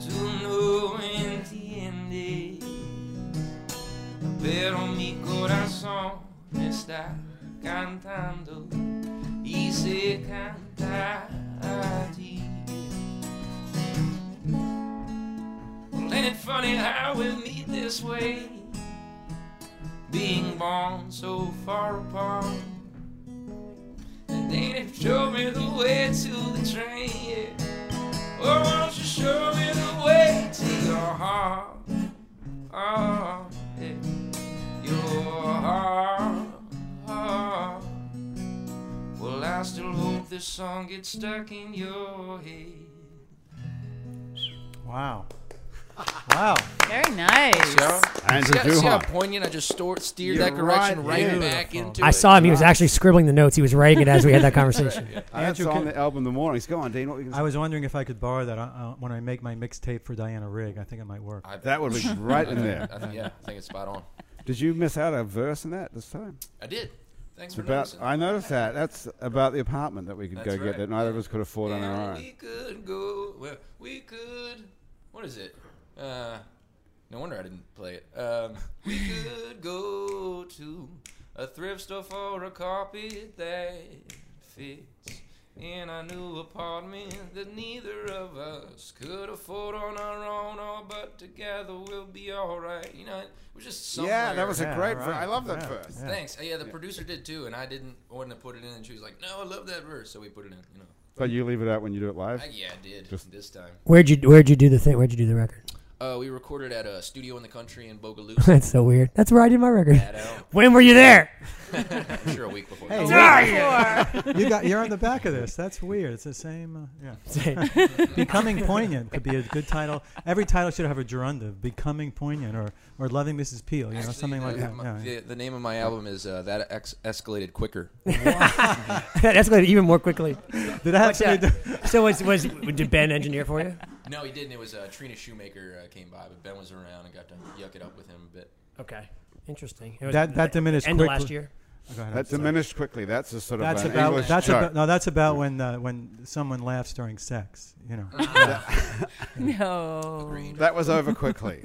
S2: to no entiende, pero mi corazón está cantando y se canta a ti. Well, ain't it funny how we meet this way? Being born so far apart. And ain't it show me the way to the train? Yeah. Oh, won't you show me the way to your heart? Oh, yeah. Your heart. Well, I still hope this song gets stuck in your head.
S3: Wow. Wow.
S4: Very nice.
S1: And
S2: See,
S1: to
S2: how- see how
S1: Duhon.
S2: poignant I just store, steered
S1: You're
S2: that correction
S1: right,
S2: right,
S1: yeah.
S2: back into
S5: I
S2: it.
S5: saw him. He was actually scribbling the notes. He was writing it as we had that conversation.
S1: That's
S3: Andrew,
S1: on
S3: can-
S1: the album The Mornings. Go on, Dean. What were you
S3: I
S1: gonna
S3: was wondering if I could borrow that uh, uh, when I make my mixtape for Diana Rigg. I think it might work.
S2: I,
S1: say? That would be right in there.
S2: I think, yeah, I think it's spot on.
S1: Did you miss out a verse in that this time?
S2: I did.
S1: It's
S2: Thanks for
S1: about.
S2: noticing.
S1: I noticed that. That's about the apartment that we could go
S2: That's
S1: get
S2: right.
S1: that neither of us could afford on
S2: Yeah,
S1: our own.
S2: We could go. Well, we could. What is it? Uh, no wonder I didn't play it. Um, we could go to a thrift store for a carpet that fits in a new apartment that neither of us could afford on our own. Or but together we'll be all right. You know, it was just somewhere.
S1: Yeah, that was a
S3: Yeah,
S1: great
S3: right.
S1: verse. I love that
S3: Yeah,
S1: verse.
S3: yeah.
S2: Thanks. Uh, Yeah, the producer did too, and I didn't want to put it in, and she was like, "No, I love that verse," so we put it in. You know,
S1: But you leave it out when you do it live.
S2: I, yeah, I did
S1: Just-
S2: this time.
S5: Where'd you Where'd you do the thing? Where'd you do the record?
S2: Uh, we recorded at a studio in the country in Bogalusa.
S5: That's so weird. That's where I did my record.
S2: That out.
S5: When were you there?
S2: I'm sure a week before.
S3: Hey, you got you're on the back of this. That's weird. It's the same. Uh, yeah. Becoming poignant could be a good title. Every title should have a gerundive. Becoming poignant or or loving Mrs. Peel. You know
S2: Actually,
S3: something
S2: uh,
S3: like that.
S2: my-
S3: Yeah, yeah.
S2: The, the name of my album is uh, that ex- escalated quicker.
S5: that escalated even more quickly.
S3: Did I have
S5: Watch
S3: something to do?
S5: out. So was was did Ben engineer for you?
S2: no, he didn't. It was uh, Trina Shoemaker uh, came by, but Ben was around and got to yuck it up with him a bit.
S5: Okay, interesting. It was
S3: That- that diminished
S5: end of
S3: quickly.
S5: last year.
S3: Go ahead, I'm
S1: That
S3: sorry.
S1: diminished quickly. That's a sort of
S3: That's
S1: an
S3: about
S1: English
S3: that's
S1: joke.
S3: about no that's about when uh, when someone laughs during sex. You know.
S2: Uh-huh.
S4: No.
S1: that was over quickly.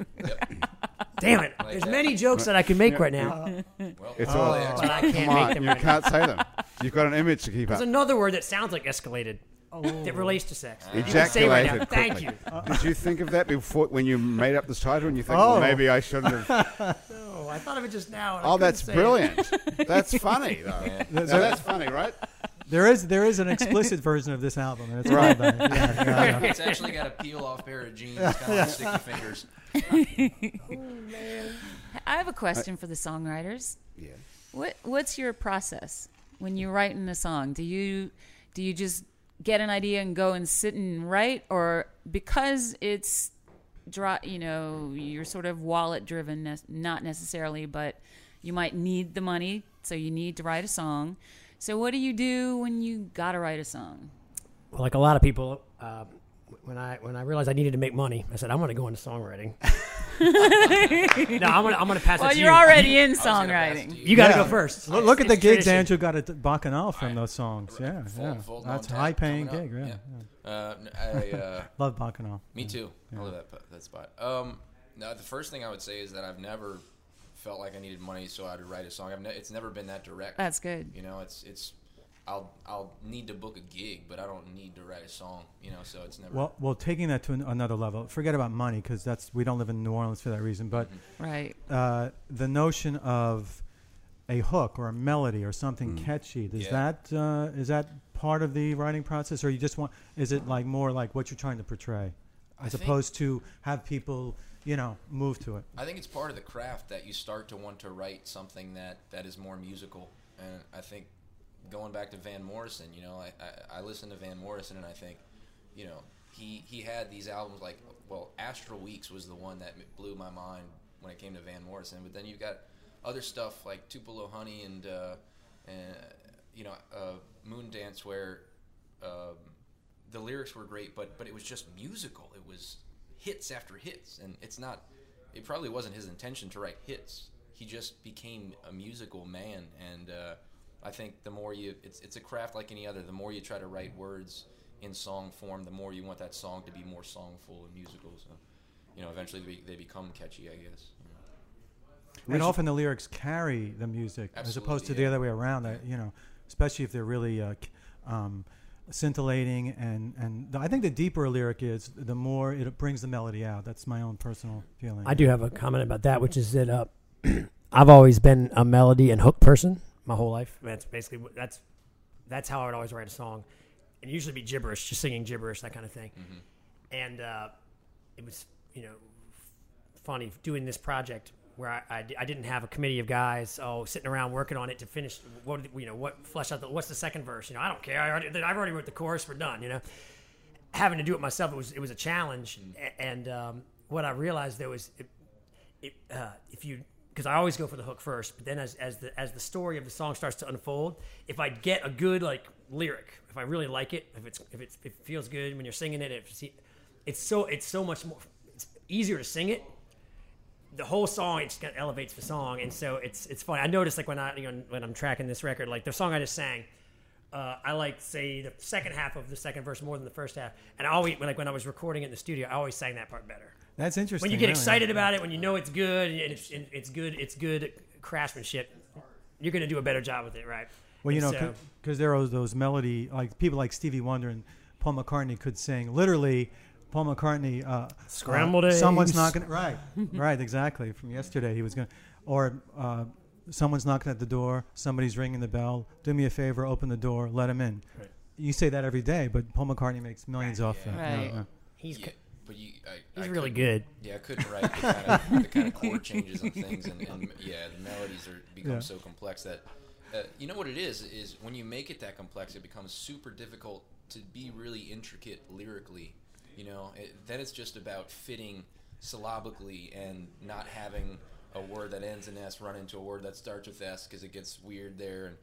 S5: Damn it!
S2: Like
S5: There's
S2: that.
S5: many jokes that I could make right now,
S2: Well,
S1: It's
S2: well,
S1: all-
S2: they ex-
S5: but I can't
S1: Come
S5: make
S1: on,
S5: them
S1: you
S5: right now.
S1: can't say them. You've got an image to keep up.
S5: There's another word that sounds like escalated
S3: Oh.
S5: that relates to sex. You can say right now.
S1: Ejaculated
S5: Thank
S1: quickly.
S5: you.
S1: Did you think of that before when you made up this title? And you think,
S3: Oh.
S1: well, maybe I shouldn't have.
S5: Oh, I thought of it just now. and I
S1: Oh,
S5: couldn't
S1: that's
S5: say it.
S1: brilliant. That's funny, though. Now, that's funny, right?
S3: There is there is an explicit version of this album, and it's
S1: Right.
S3: right. By, yeah, yeah, yeah.
S2: it's actually got a peel off pair of jeans, kind of like sticky fingers.
S4: I have a question for the songwriters.
S1: Yeah.
S4: What What's your process when you're writing a song? Do you do you just get an idea and go and sit and write, or because it's dry, you know, you're sort of wallet driven, ne- not necessarily, but you might need the money, so you need to write a song. So, what do you do when you gotta write a song?
S5: Well, like a lot of people, uh, when I when I realized I needed to make money, I said I'm going to go into songwriting. no, I'm going to I'm going to pass
S4: Well,
S5: it to
S4: you're
S5: you.
S4: already in
S2: gonna pass it to
S4: songwriting.
S5: You got to
S3: Yeah.
S5: go first.
S3: Look, look at the
S5: It's
S3: gigs
S5: tradition.
S3: Andrew got at Bacchanal from those songs. Yeah,
S2: Full-
S3: yeah.
S2: full on
S3: That's a
S2: tap
S3: high paying
S2: coming
S3: gig.
S2: up.
S3: Yeah. yeah.
S2: Uh, n- I, uh,
S3: Love Bacchanal.
S2: me too. I love that p- that spot. Um, no, the first thing I would say is that I've never felt like I needed money, so I'd write a song. I've ne- it's never been that direct.
S4: That's good.
S2: You know, it's it's. I'll I'll need to book a gig, but I don't need to write a song. You know, so it's never.
S3: Well, well, taking that to an, another level. Forget about money because that's we don't live in New Orleans for that reason. But
S2: Mm-hmm.
S4: Right.
S3: uh, the notion of a hook or a melody or something catchy does
S2: Mm. Yeah.
S3: that uh, is that part of the writing process, or you just want? Is it like more like what you're trying to portray, as
S2: think-
S3: opposed to have people you know move to it?
S2: I think it's part of the craft that you start to want to write something that that is more musical. And I think going back to Van Morrison, you know, I, I, I listen to Van Morrison and I think, you know, he he had these albums like well, Astral Weeks was the one that blew my mind when it came to Van Morrison. But then you've got other stuff like Tupelo Honey and uh, and uh, you know uh, Moon Dance where. Um, the lyrics were great, but but it was just musical. It was hits after hits, and it's not. It probably wasn't his intention to write hits. He just became a musical man, and uh, I think the more you, it's it's a craft like any other. The more you try to write words in song form, the more you want that song to be more songful and musical. So, you know, eventually they, they become catchy, I guess.
S3: and often the lyrics carry the music as
S2: Absolutely,
S3: opposed to the
S2: yeah.
S3: other way around that you know especially if they're really uh, c- um, scintillating and and the, i think the deeper a lyric is the more it brings the melody out that's my own personal feeling
S5: I do have a comment about that, which is that uh, I've always been a melody and hook person my whole life. That's basically what- that's that's how I would always write a song, and usually be gibberish, just singing gibberish, that kind of thing. And uh, it was you know funny doing this project where I, I di- I didn't have a committee of guys oh sitting around working on it to finish what did- you know what flesh out the, what's the second verse you know I don't care I already, I've already wrote the chorus we're done you know having to do it myself it was it was a challenge A- and um, what I realized there was it, it, uh, if you because I always go for the hook first, but then as, as the as the story of the song starts to unfold, if I get a good like lyric, if I really like it, if it's if it's if it feels good when you're singing it, if it's, it's so it's so much more it's easier to sing it. The whole song it just kind of elevates the song, and so it's it's funny. I noticed like when I you know, when I'm tracking this record, like the song I just sang, uh, I like say the second half of the second verse more than the first half, and I always like when I was recording it in the studio, I always sang that part better
S3: that's interesting
S5: when you get
S3: really.
S5: excited about it, when you know it's good and it's, and it's good, it's good craftsmanship. You're gonna do a better job with it, right?
S3: well you
S5: And
S3: know
S5: so-
S3: because there are those melody like people like stevie wonder and paul mccartney could sing literally paul mccartney uh,
S5: Scrambled
S3: uh, someone's
S5: eggs.
S3: knocking right right exactly from yesterday he was going to or uh, someone's knocking at the door somebody's ringing the bell do me a favor open the door let him in you say that every day but paul mccartney makes millions off that Yeah,
S4: Right.
S3: yeah.
S5: he's
S2: Yeah, but you, I,
S5: he's
S2: I
S5: really
S2: couldn't-
S5: good.
S2: Yeah, I couldn't write the kind of, the kind of chord changes and things, and, and yeah, the melodies are become
S3: Yeah.
S2: so complex that uh, you know what it is is when you make it that complex, it becomes super difficult to be really intricate lyrically. You know, it, then it's just about fitting syllabically and not having a word that ends in s run into a word that starts with s because it gets weird there, and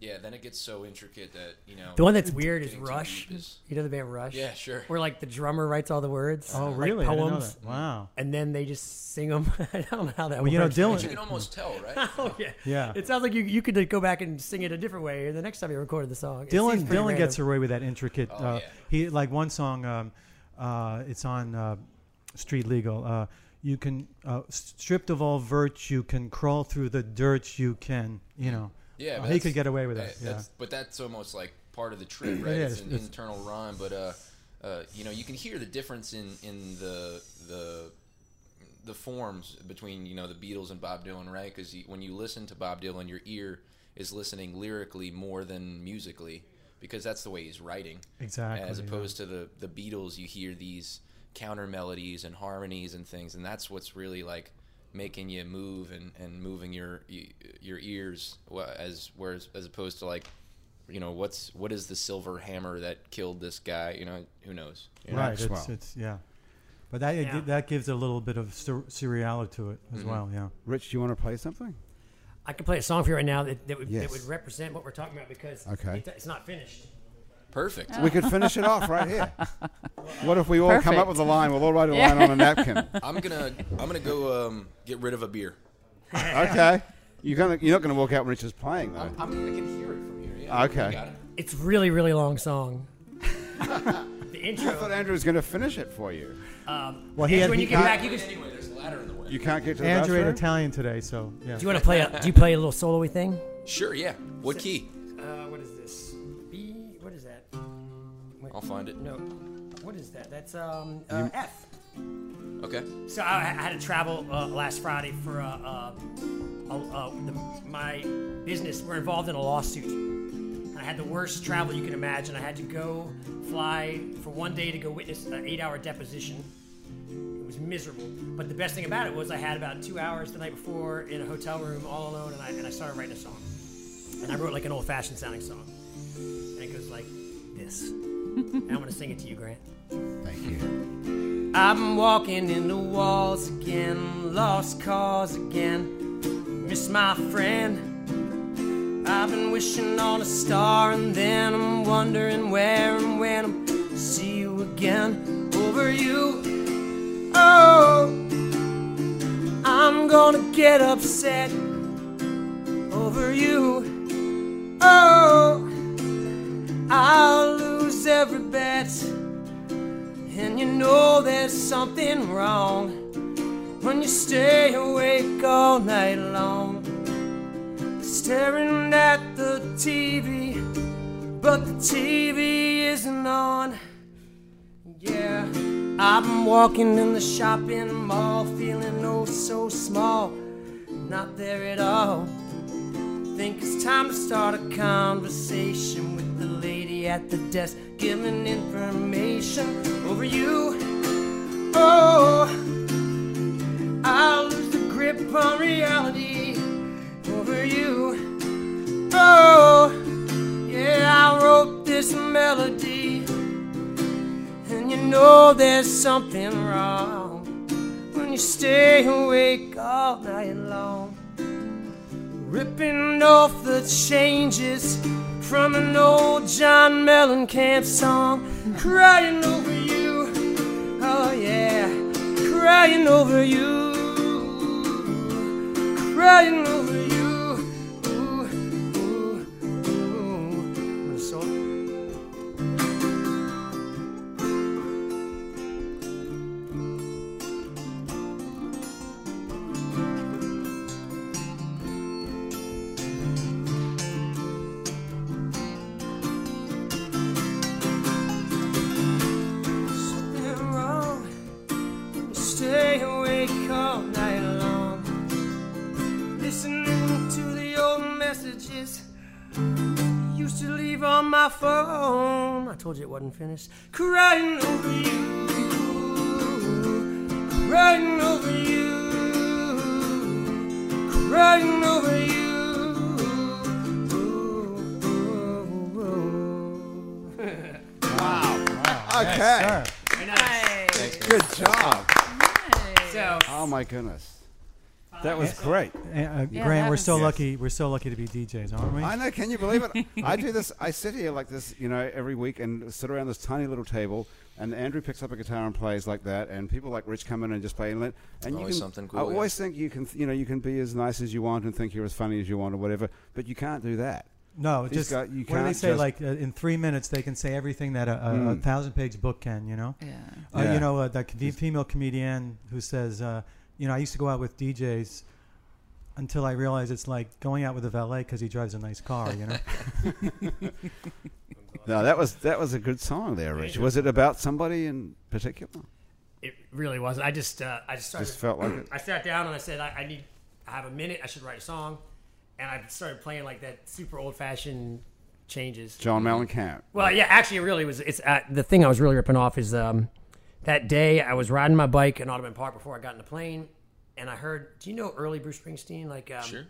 S2: yeah, then it gets so intricate that you know
S5: The one that's weird is
S2: getting too
S5: Rush.
S2: deep is-
S5: You know the band Rush?
S2: Yeah, sure.
S5: Where like the drummer writes all the words.
S3: Oh,
S5: like,
S3: really? I didn't know
S5: poems,
S3: that. Wow.
S5: and then they just sing them. I don't know how that.
S3: Well, you know,
S5: works.
S3: Dylan-
S2: But you can almost tell, right?
S5: Oh, yeah.
S3: Yeah.
S5: It sounds like you, you could go back and sing it a different way the next time you recorded the song. It
S3: Dylan
S5: seems pretty
S3: Dylan
S5: random.
S3: gets away with that intricate. uh,
S2: Oh, yeah.
S3: He like one song. Um, uh, it's on uh, Street Legal. Uh, you can uh, stripped of all virtue, can crawl through the dirt. You can, you know.
S2: Yeah,
S3: Uh,
S2: but
S3: he
S2: that's-
S3: could get away with that.
S2: that-
S3: Yeah.
S2: that's- But that's almost like part of the trick, right?
S3: Yeah,
S2: it's an
S3: it's- it's-
S2: internal rhyme, but uh, uh, you know, you can hear the difference in in the the the forms between you know the Beatles and Bob Dylan, right? Because when you listen to Bob Dylan, your ear is listening lyrically more than musically, because that's the way he's writing.
S3: Exactly,
S2: As
S3: yeah.
S2: opposed to the the Beatles, you hear these counter melodies and harmonies and things, and that's what's really like making you move and, and moving your your ears. wh- As whereas as opposed to like you know what's what is the silver hammer that killed this guy? You know who knows. You know?
S3: right. It's,
S1: Maxwell.
S3: it's yeah, but that
S8: Yeah.
S3: that gives a little bit of sur- surreality to it
S2: Mm-hmm.
S3: as well. Yeah.
S1: Rich, do you want to play something?
S8: I can play a song for you right now that, that, would,
S1: Yes.
S8: that would represent what we're talking about because
S1: Okay.
S8: it- it's not finished.
S2: Perfect.
S1: We could finish it off right here. What if we all come up
S4: Perfect.
S1: with a line? We'll all write a
S4: Yeah.
S1: line on a napkin.
S2: I'm gonna I'm gonna go um, get rid of a beer.
S1: Okay. You're gonna you're not gonna walk out when Rich is playing though.
S2: I'm, I'm I can hear it from here. Yeah,
S1: Okay.
S2: you got it.
S8: It's really really long song. the intro.
S1: I thought Andrew was gonna finish it for you.
S3: Well, he
S8: Andrew,
S3: had,
S8: when
S3: he
S8: you get
S1: can't-
S8: back, you can.
S2: Anyway, there's a ladder in the way.
S1: You can't get to the
S3: Andrew ate
S1: bathroom?
S3: Italian today, so yeah.
S8: Do you want to play a? Do you play a little soloy thing?
S2: Sure. Yeah. What key?
S8: Uh, what is this? B. What is that? Wait,
S2: I'll find it.
S8: No. What is that? That's um uh, F.
S2: Okay.
S8: So I, I had to travel uh, last Friday for uh, uh, a, uh, the, my business. We're involved in a lawsuit. And I had the worst travel you can imagine. I had to go fly for one day to go witness an eight-hour deposition. It was miserable. But the best thing about it was I had about two hours the night before in a hotel room all alone, and I, and I started writing a song. And I wrote like an old-fashioned sounding song, and it goes like this. and I'm gonna sing it to you, Grant.
S1: Thank you.
S5: I'm walking in the walls again, lost cause again. Miss my friend. I've been wishing on a star, and then I'm wondering where and when I'm see you again. Over you, oh, I'm gonna get upset. Over you, oh, I'll lose every bet. And you know there's something wrong when you stay awake all night long, staring at the TV, but the TV isn't on. Yeah, I've been walking in the shopping mall, feeling oh so small, not there at all. Think it's time to start a conversation with the lady at the desk, giving information over you. Oh, I'll lose the grip on reality over you. Oh, yeah, I wrote this melody, and you know there's something wrong when you stay awake all night long ripping off the changes from an old John Mellencamp song, crying over you, oh yeah, crying over you, crying over you. Ooh, ooh, ooh. Wanna solo? Something wrong. Stay awake all night long. Listening to the old messages. Used to leave on my phone. I told you it wasn't finished. Crying over you. Crying over you. Crying over you.
S1: Okay. Good job.
S5: So,
S1: Oh my goodness. That was great.
S3: Uh,
S4: Yeah,
S3: Grant, we're
S4: happens.
S3: so
S4: Yes.
S3: lucky. We're so lucky to be DJs, aren't we?
S1: I know. Can you believe it? I do this. I sit here like this, you know, every week and sit around this tiny little table. And Andrew picks up a guitar and plays like that. And people like Rich come in and just play and let. And you
S2: Always
S1: can,
S2: something cool,
S1: I
S2: yeah.
S1: always think you can, you know, you can be as nice as you want and think you're as funny as you want or whatever. But you can't do that.
S3: No,
S1: These
S3: just
S1: guy- you
S3: what do they
S1: can't
S3: say?
S1: just- Mm.
S3: Like uh, in three minutes, they can say everything that a, a, a thousand-page book can. You know,
S4: Yeah.
S3: Uh,
S1: Yeah.
S3: you know uh, that com- female comedian who says, uh, you know, I used to go out with DJs until I realized it's like going out with a valet because he drives a nice car. You know,
S1: No, that was that was a good song there, Rich. Was it about somebody in particular?
S8: It really wasn't. I just uh, I just started.
S1: Just felt like it.
S8: I sat down and I said, I, I need, I have a minute. I should write a song, and I started playing like that super old fashioned changes.
S1: John
S5: Mm-hmm.
S1: Mellencamp.
S8: Well, yeah, actually, it really was. It's uh, the thing I was really ripping off is um, that day I was riding my bike in Audubon Park before I got in the plane, and I heard. Do you know early Bruce Springsteen? Like, um,
S2: Sure.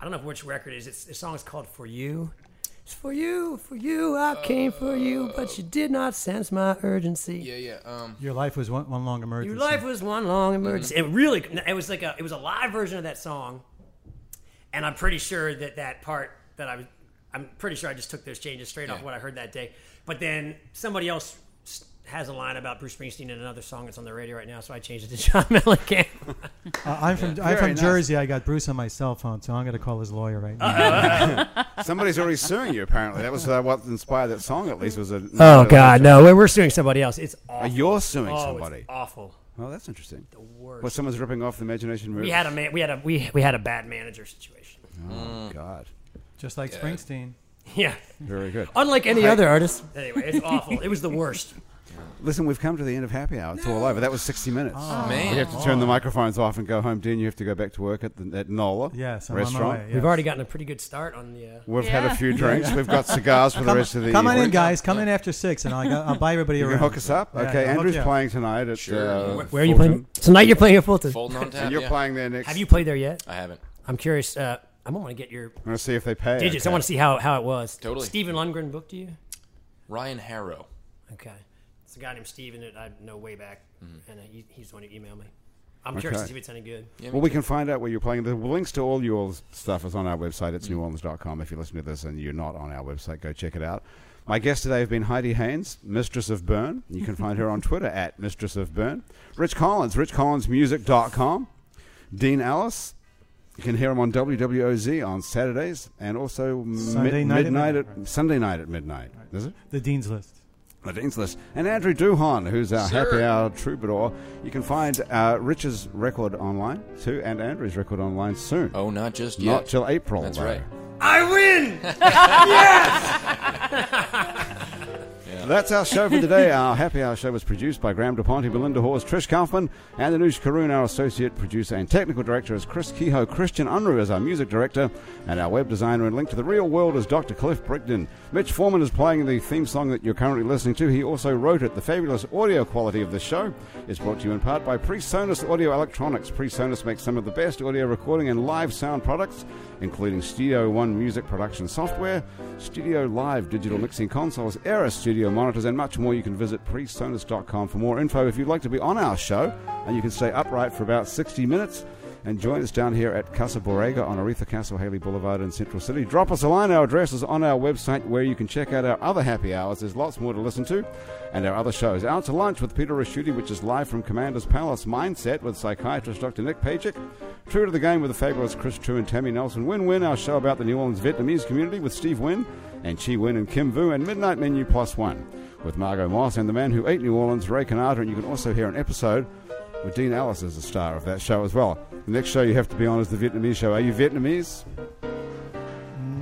S8: I don't know which record it is. It's, the song is called "For You."
S5: It's for you, for you. I came for you, but you did not sense my urgency.
S2: Yeah, yeah. Um,
S3: Your life was one, one long emergency.
S5: Your life was one long emergency. It really, it was like a, it was a live version of that song, and I'm pretty sure that that part that I was, I'm pretty sure I just took those changes straight off
S2: Yeah.
S5: what I heard that day. But then somebody else s- has a line about Bruce Springsteen in another song that's on the radio right now, so I changed it to John Mellencamp.
S3: Uh, I'm from I'm
S1: Very
S3: from
S1: nice.
S3: Jersey. I got Bruce on my cell phone, so I'm gonna call his lawyer right now.
S1: Somebody's already suing you. Apparently, that was uh, what inspired that song. At least was a.
S5: oh God, no, we're, we're suing somebody else. It's
S1: Oh,
S5: awful.
S1: you're suing
S5: oh,
S1: somebody.
S5: It's awful.
S1: Oh, that's interesting.
S5: The worst.
S1: Well, someone's ripping off the Imagination movie.
S5: we had a man, we had a we we had a bad manager situation.
S1: Oh, God.
S3: Just like
S2: Yeah.
S3: Springsteen.
S5: Yeah.
S1: Very good.
S5: Unlike any other artist. Anyway, it's awful. It was the worst.
S1: Listen, we've come to the end of Happy Hour. It's all over. That was 60 minutes.
S3: Oh,
S1: Oh, We
S2: man.
S1: have to turn the microphones off and go home. Dean, you have to go back to work at, the, at NOLA
S3: Yes, I'm on my
S1: restaurant.
S3: way, yeah.
S5: We've already gotten a pretty good start on the. Uh,
S1: We've had a
S4: Yeah.
S1: few drinks. We've got cigars for the rest of the
S3: Come on
S1: evening.
S3: in, guys. Come in after six, and I'll, go- I'll buy everybody
S1: You
S3: a
S1: can
S3: room.
S1: hook us up.
S3: Yeah,
S1: okay,
S3: I'll hook
S1: Andrew's
S3: you up.
S1: playing tonight at.
S2: Sure.
S1: Uh,
S2: Where-
S5: where are you
S1: Fulton.
S5: playing? Tonight you're playing at Fulton.
S2: Fulton on tap.
S1: And you're
S2: yeah.
S1: playing there next.
S5: Have you played there yet?
S2: I haven't.
S5: I'm curious. Uh, I want to get your
S1: I'm going to see if they pay.
S5: digits. I
S1: okay.
S5: want to see how, how it was.
S2: Totally.
S5: Stephen Lundgren booked you?
S2: Ryan Harrow.
S5: Okay. It's a guy named Steven that I know way back, and uh, he, he's the one who emailed me. I'm curious
S1: Okay.
S5: to see if it's any good.
S1: Well, we can find out where you're playing. The links to all your stuff is on our website. It's neworleans.com. If you listen to this and you're not on our website, go check it out. My guests today have been Heidi Haynes, Mistress of Burn. You can find her on Twitter at Mistress of Burn. Rich Collins, richcollinsmusic.com. Dean Alice. You can hear him on WWOZ on Saturdays and also mi-
S3: Sunday night at
S1: midnight
S3: midnight, right.
S1: Sunday night at midnight. Is it?
S3: The Dean's List.
S1: The Dean's List. And Andrew Duhon, who's our
S2: Sir.
S1: happy hour troubadour. You can find uh, Rich's record online too, and Andrew's record online soon.
S2: Oh, not just yet.
S1: Not till April.
S2: That's
S1: though.
S2: right.
S5: I win!
S1: That's our show for today. our happy hour show was produced by Graham DePonte, Belinda Hawes, Trish Kaufman, and Anush Karun, our associate producer and technical director is Chris Kehoe. Christian Unruh is our music director, and our web designer and link to the real world is Dr. Cliff Brigden. Mitch Foreman is playing the theme song that you're currently listening to. He also wrote it. The fabulous audio quality of the show is brought to you in part by PreSonus Audio Electronics. PreSonus makes some of the best audio recording and live sound products, including Studio One music production software, Studio Live digital mixing consoles, Era Studio monitors, and much more. You can visit presonus.com for more info. If you'd like to be on our show, and you can stay upright for about 60 minutes, and join us down here at Casa Borrega on Aretha Castle Haley Boulevard in Central City. Drop us a line. Our address is on our website where you can check out our other happy hours. There's lots more to listen to and our other shows. Out to Lunch with Peter Raschuti, which is live from Commander's Palace. Mindset with psychiatrist Dr. Nick Pajic. True to the Game with the fabulous Chris True and Tammy Nelson. Win Win, our show about the New Orleans Vietnamese community with Steve Win and Chi Win and Kim Vu. And Midnight Menu Plus One with Margot Moss and the man who ate New Orleans, Ray Canada. And you can also hear an episode with Dean Ellis is a star of that show as well. The next show you have to be on is the Vietnamese show. Are you Vietnamese?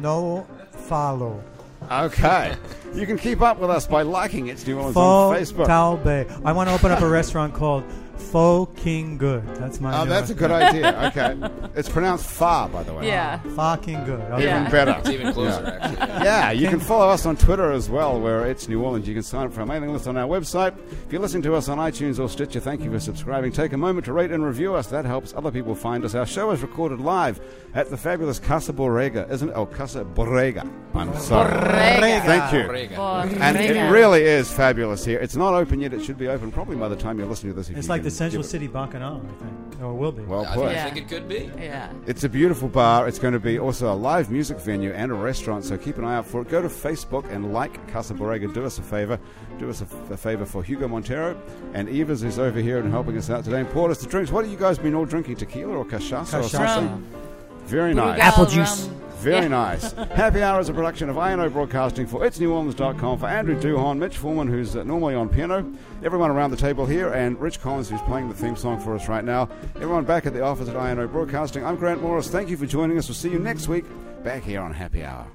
S3: No follow.
S1: Okay. you can keep up with us by liking It's New Orleans on
S3: Pho
S1: Facebook.
S3: Tao Bay. I want to open up a restaurant called Pho King Good. That's my.
S1: oh,
S3: new
S1: that's a good
S3: restaurant.
S1: idea. Okay. It's pronounced far, by the way.
S4: Yeah.
S3: Fucking good. Okay.
S4: Yeah.
S1: Even better.
S2: It's even closer,
S1: Yeah.
S2: actually.
S1: Yeah, you can follow us on Twitter as well, where it's New Orleans. You can sign up for our mailing list on our website. If you're listening to us on iTunes or Stitcher, thank you for subscribing. Take a moment to rate and review us. That helps other people find us. Our show is recorded live at the fabulous Casa Borrega, isn't it? Oh, Casa Borrega. I'm sorry.
S4: Borrega.
S1: Thank you.
S2: Borrega.
S1: And
S4: Borrega.
S1: it really is fabulous here. It's not open yet. It should be open probably by the time you're listening to this. if
S3: It's
S1: you
S3: like
S1: can
S3: the Central
S1: give it-
S3: City Bacchanal, I think, or will be.
S1: Well
S2: I think,
S1: put.
S4: Yeah.
S2: I think it could be.
S4: Yeah.
S1: It's a beautiful bar. It's going to be also a live music venue and a restaurant, so keep an eye out for it. Go to Facebook and like Casa Borrega. Do us a favor. Do us a, f- a favor for Hugo Montero and Evers, who's over here and helping us out today, and poured us the drinks. What have you guys been all drinking? Tequila or cachaça, or
S3: Cachaça.
S1: something? Very nice.
S5: Apple juice.
S1: Very nice. Happy Hour is a production of INO Broadcasting for itsneworleans.com for Andrew Duhon, Mitch Foreman, who's uh, normally on piano, everyone around the table here, and Rich Collins, who's playing the theme song for us right now. Everyone back at the office at INO Broadcasting. I'm Grant Morris. Thank you for joining us. We'll see you next week back here on Happy Hour.